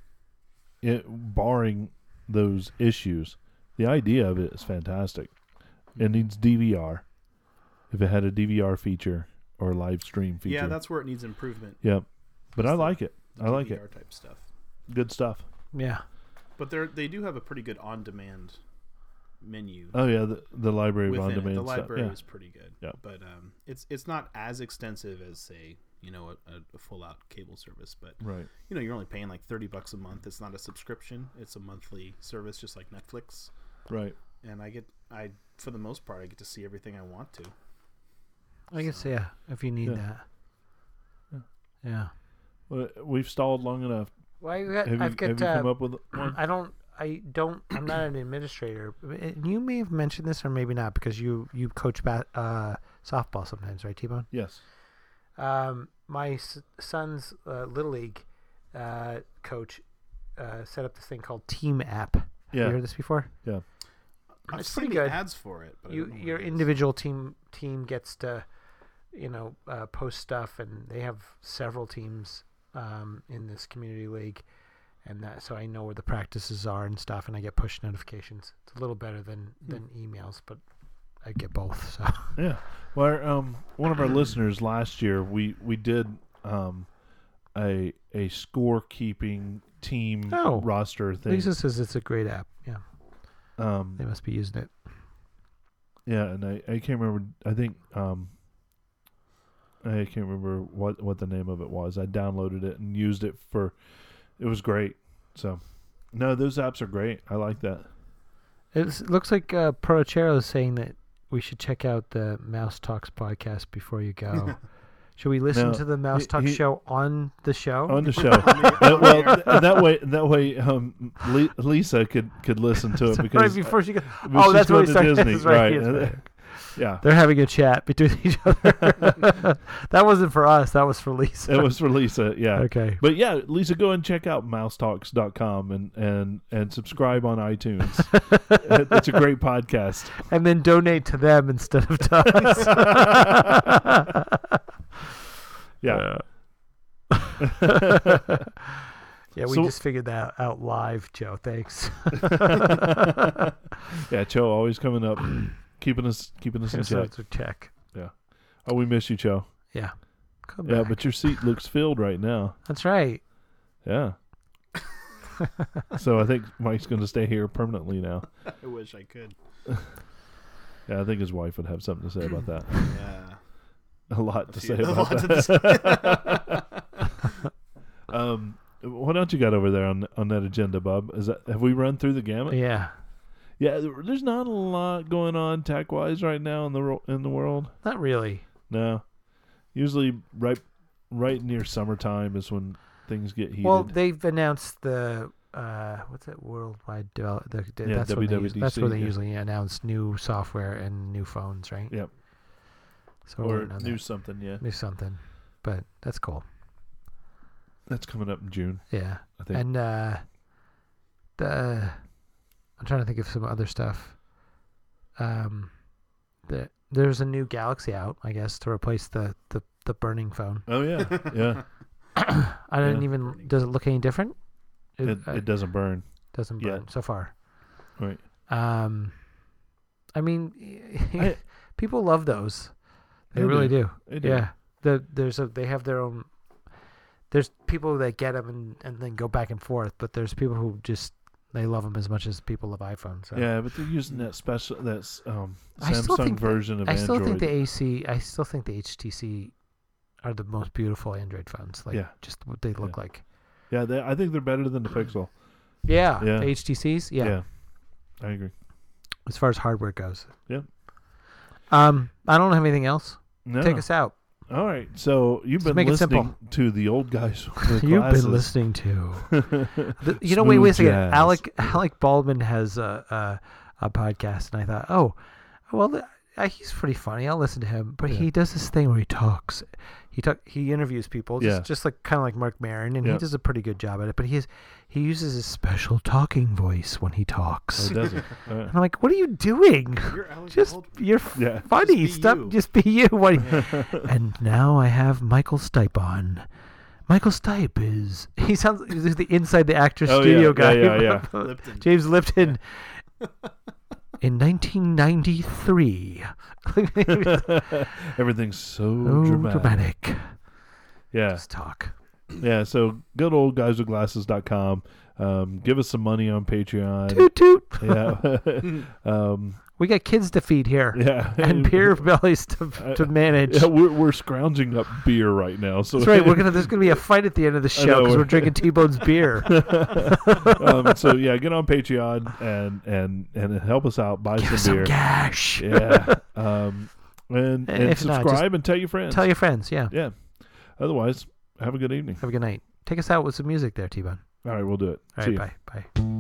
Speaker 3: it, barring those issues, the idea of it is fantastic. It needs DVR. If it had a DVR feature or live stream feature,
Speaker 4: Yeah, that's where it needs improvement.
Speaker 3: yep. But I
Speaker 4: the-
Speaker 3: like it. I like it.
Speaker 4: DVR type stuff.
Speaker 3: Good stuff.
Speaker 2: Yeah.
Speaker 4: But they they do have a pretty good on demand menu.
Speaker 3: Oh yeah, the, the library of
Speaker 4: within
Speaker 3: on demand
Speaker 4: it. The
Speaker 3: stuff.
Speaker 4: library
Speaker 3: yeah.
Speaker 4: is pretty good,
Speaker 3: Yeah.
Speaker 4: but um, it's it's not as extensive as say you know a, a, a full out cable service. But
Speaker 3: right.
Speaker 4: you know you're only paying like thirty bucks a month. It's not a subscription. It's a monthly service, just like Netflix.
Speaker 3: Right.
Speaker 4: And I get I for the most part I get to see everything I want to.
Speaker 2: I guess yeah. If you need
Speaker 3: Yeah.
Speaker 2: that.
Speaker 3: Yeah.
Speaker 2: Yeah.
Speaker 3: Well, We've stalled long enough.
Speaker 2: Well, I got,
Speaker 3: Have you,
Speaker 2: I've got.
Speaker 3: have you
Speaker 2: uh,
Speaker 3: come up with one?
Speaker 2: I don't. I don't. I'm not an administrator. And You may have mentioned this, or maybe not, because you you coach bat, uh, softball sometimes, right, T-Bone?
Speaker 3: Yes.
Speaker 2: Um, my s- son's uh, little league uh, coach uh, set up this thing called Team App. Have
Speaker 3: Yeah.
Speaker 2: you heard this before?
Speaker 3: Yeah.
Speaker 4: I've
Speaker 2: It's
Speaker 4: seen
Speaker 2: pretty
Speaker 4: the
Speaker 2: good.
Speaker 4: ads for it. But I
Speaker 2: you
Speaker 4: don't know what
Speaker 2: your
Speaker 4: it is.
Speaker 2: individual team team gets to you know uh, post stuff and they have several teams um, in this community league and that, so I know where the practices are and stuff and I get push notifications it's a little better than
Speaker 3: Hmm.
Speaker 2: than emails but I get both
Speaker 3: *laughs*
Speaker 2: so
Speaker 3: Yeah. Well, our, um, one of our listeners last year, we we did um, a a scorekeeping team
Speaker 2: Oh.
Speaker 3: roster thing.
Speaker 2: Lisa says it's a great app yeah
Speaker 3: um,
Speaker 2: they must be using it
Speaker 3: yeah, and I, I can't remember. I think um, I can't remember what what the name of it was. I downloaded it and used it for. It was great. So, no, those apps are great. I like that.
Speaker 2: it's, it looks like uh, Prochero is saying that we should check out the Mouse Talks podcast before you
Speaker 3: *laughs*
Speaker 2: go should we listen
Speaker 3: No,
Speaker 2: to the Mouse
Speaker 3: he-
Speaker 2: Talk
Speaker 3: he-
Speaker 2: show on the show
Speaker 3: on
Speaker 2: *laughs*
Speaker 3: the show. That- well, th- that way, that way, um, Li- Lisa could could listen to it
Speaker 2: Sorry,
Speaker 3: because
Speaker 2: before she goes,
Speaker 3: when
Speaker 2: oh,
Speaker 3: she's
Speaker 2: that's
Speaker 3: going
Speaker 2: what
Speaker 3: to
Speaker 2: he started.
Speaker 3: Disney,
Speaker 2: That's right.
Speaker 3: right.
Speaker 2: yes, right.
Speaker 3: *laughs* yeah,
Speaker 2: They're having a chat between each
Speaker 3: *laughs*
Speaker 2: other. that wasn't for us. That was for Lisa.
Speaker 3: it was for Lisa. Yeah.
Speaker 2: *laughs*
Speaker 3: *laughs*
Speaker 2: okay.
Speaker 3: But yeah, Lisa, go and check out mousetalks.com and and and subscribe
Speaker 2: *laughs*
Speaker 3: on iTunes. it's a great podcast.
Speaker 2: And then donate to them instead of to us.
Speaker 3: *laughs* Yeah.
Speaker 2: yeah, we
Speaker 3: So-
Speaker 2: just figured that out live, Joe.
Speaker 3: *laughs*
Speaker 2: Thanks.
Speaker 3: *laughs*
Speaker 2: *laughs*
Speaker 3: Yeah, Cho always coming up, keeping us keeping us in
Speaker 2: Here's
Speaker 3: check.
Speaker 2: another check.
Speaker 3: Oh, we miss you, Cho.
Speaker 2: Yeah. Come
Speaker 3: Yeah,
Speaker 2: back.
Speaker 3: but your seat looks filled right now.
Speaker 2: That's right.
Speaker 3: Yeah. so I think Mike's going to stay here permanently now.
Speaker 4: *laughs* I wish I could.
Speaker 3: Yeah, I think his wife would have something to say about that.
Speaker 4: Yeah.
Speaker 3: A lot
Speaker 4: A
Speaker 3: to
Speaker 4: few-
Speaker 3: say
Speaker 4: *laughs* a
Speaker 3: about
Speaker 4: lot
Speaker 3: that.
Speaker 4: to discuss.
Speaker 3: Um, what else you got over there on on that agenda, Bub? Is that have we run through the gamut?
Speaker 2: Yeah.
Speaker 3: Yeah, there- there's not a lot going on tech wise right now in the ro- in the world.
Speaker 2: Not really.
Speaker 3: No, usually right right near summertime is when things get heated.
Speaker 2: Well, they've announced the uh, what's it? Worldwide develop. The, the-
Speaker 3: Yeah,
Speaker 2: that's, when they, use- that's where
Speaker 3: WWDC,
Speaker 2: they
Speaker 3: yeah.
Speaker 2: usually announce new software and new phones, right?
Speaker 3: Yep.
Speaker 2: So we're
Speaker 3: or
Speaker 2: waiting on
Speaker 3: new
Speaker 2: that.
Speaker 3: something, yeah.
Speaker 2: new something. But that's cool.
Speaker 3: That's coming up in June,
Speaker 2: Yeah.
Speaker 3: I think.
Speaker 2: And uh, the I'm trying to think of some other stuff. Um, the, there's a new Galaxy out, I guess, to replace the the, the burning phone. *coughs* *laughs*
Speaker 3: oh yeah, yeah.
Speaker 2: I didn't
Speaker 3: Yeah.
Speaker 2: even. Does it look any different? It,
Speaker 3: It,
Speaker 2: uh,
Speaker 3: it doesn't burn.
Speaker 2: doesn't
Speaker 3: yeah.
Speaker 2: burn so far.
Speaker 3: Right.
Speaker 2: Um, I mean,
Speaker 3: I-
Speaker 2: *laughs* people love those. They,
Speaker 3: They
Speaker 2: really
Speaker 3: do.
Speaker 2: do.
Speaker 3: It didn't.
Speaker 2: Yeah. The, there's a they have their own. There's people that get them and, and then go back and forth, but there's people who just they love them as much as people love iPhones. So.
Speaker 3: Yeah, but they're using that special that's um,
Speaker 2: I still
Speaker 3: Samsung
Speaker 2: think-
Speaker 3: version of
Speaker 2: I
Speaker 3: Android.
Speaker 2: still think the AC. I still think the HTC are the most beautiful Android phones. Like
Speaker 3: Yeah.
Speaker 2: just what they look like.
Speaker 3: yeah, they, I think they're better than the Pixel.
Speaker 2: Yeah.
Speaker 3: Yeah.
Speaker 2: The HTCs.
Speaker 3: Yeah.
Speaker 2: Yeah.
Speaker 3: I agree.
Speaker 2: As far as hardware goes.
Speaker 3: Yeah.
Speaker 2: Um, I don't have anything else.
Speaker 3: No.
Speaker 2: Take us out.
Speaker 3: All right. So you've been
Speaker 2: make it simple.
Speaker 3: listening to the
Speaker 2: *laughs*
Speaker 3: old guys. With
Speaker 2: You've been
Speaker 3: glasses.
Speaker 2: listening to. The- you know, wait, wait a
Speaker 3: Smooth
Speaker 2: second.
Speaker 3: jazz.
Speaker 2: Alec *laughs* Alec Baldwin has a, a a podcast, and I thought, oh, well, th- uh, he's pretty funny. I'll listen to him. But
Speaker 3: Yeah.
Speaker 2: he does this thing where he talks. He talk, he interviews people, just,
Speaker 3: Yeah.
Speaker 2: just like kind of like Mark Maron, and
Speaker 3: Yeah.
Speaker 2: he does a pretty good job at it. But he is, he uses his special talking voice when he
Speaker 3: Oh,
Speaker 2: talks.
Speaker 3: *laughs* it doesn't. All right.
Speaker 2: and I'm like, what are you
Speaker 3: *laughs*
Speaker 2: doing?
Speaker 4: You're Alec
Speaker 2: Just
Speaker 4: Baldwin.
Speaker 2: you're f-
Speaker 3: Yeah.
Speaker 2: funny.
Speaker 4: be
Speaker 2: Stop.
Speaker 4: you.
Speaker 2: Just be you. *laughs* What-
Speaker 3: *laughs*
Speaker 2: and now I have Michael Stipe on. Michael Stipe is he sounds he's the inside the actor
Speaker 3: Oh, yeah,
Speaker 2: studio
Speaker 3: yeah,
Speaker 2: guy.
Speaker 3: yeah, yeah.
Speaker 2: *laughs*
Speaker 4: Lipton.
Speaker 2: James Lipton. *laughs* In
Speaker 3: *laughs*
Speaker 2: 1993, *laughs*
Speaker 3: Uh, Everything's so
Speaker 2: oh,
Speaker 3: dramatic.
Speaker 2: dramatic.
Speaker 3: Yeah.
Speaker 2: Just talk.
Speaker 3: Yeah. So good old guys with glasses.com. Um, give us some money on Patreon.
Speaker 2: Toot toot.
Speaker 3: *laughs*
Speaker 2: *laughs*
Speaker 3: yeah. um,
Speaker 2: We got kids to feed here,
Speaker 3: *laughs* yeah.
Speaker 2: and beer bellies to,
Speaker 3: *laughs*
Speaker 2: to manage.
Speaker 3: Yeah, we're, we're scrounging up beer right now. So
Speaker 2: That's right. We're gonna. There's gonna be a fight at the end of the show
Speaker 3: know.
Speaker 2: because we're drinking T-Bone's beer.
Speaker 3: *laughs* um, so yeah, get on Patreon and and and help us out. Buy
Speaker 2: Give us
Speaker 3: some
Speaker 2: some
Speaker 3: beer.
Speaker 2: cash.
Speaker 3: yeah. Um,
Speaker 2: *laughs*
Speaker 3: and and,
Speaker 2: if not, just
Speaker 3: subscribe and tell your friends.
Speaker 2: Tell your friends. Yeah.
Speaker 3: yeah. Otherwise, have a good evening.
Speaker 2: Have a good night. Take us out with some music there, T Bone.
Speaker 3: All right, we'll do it.
Speaker 2: All
Speaker 3: See
Speaker 2: right,
Speaker 3: ya.
Speaker 2: bye. Bye.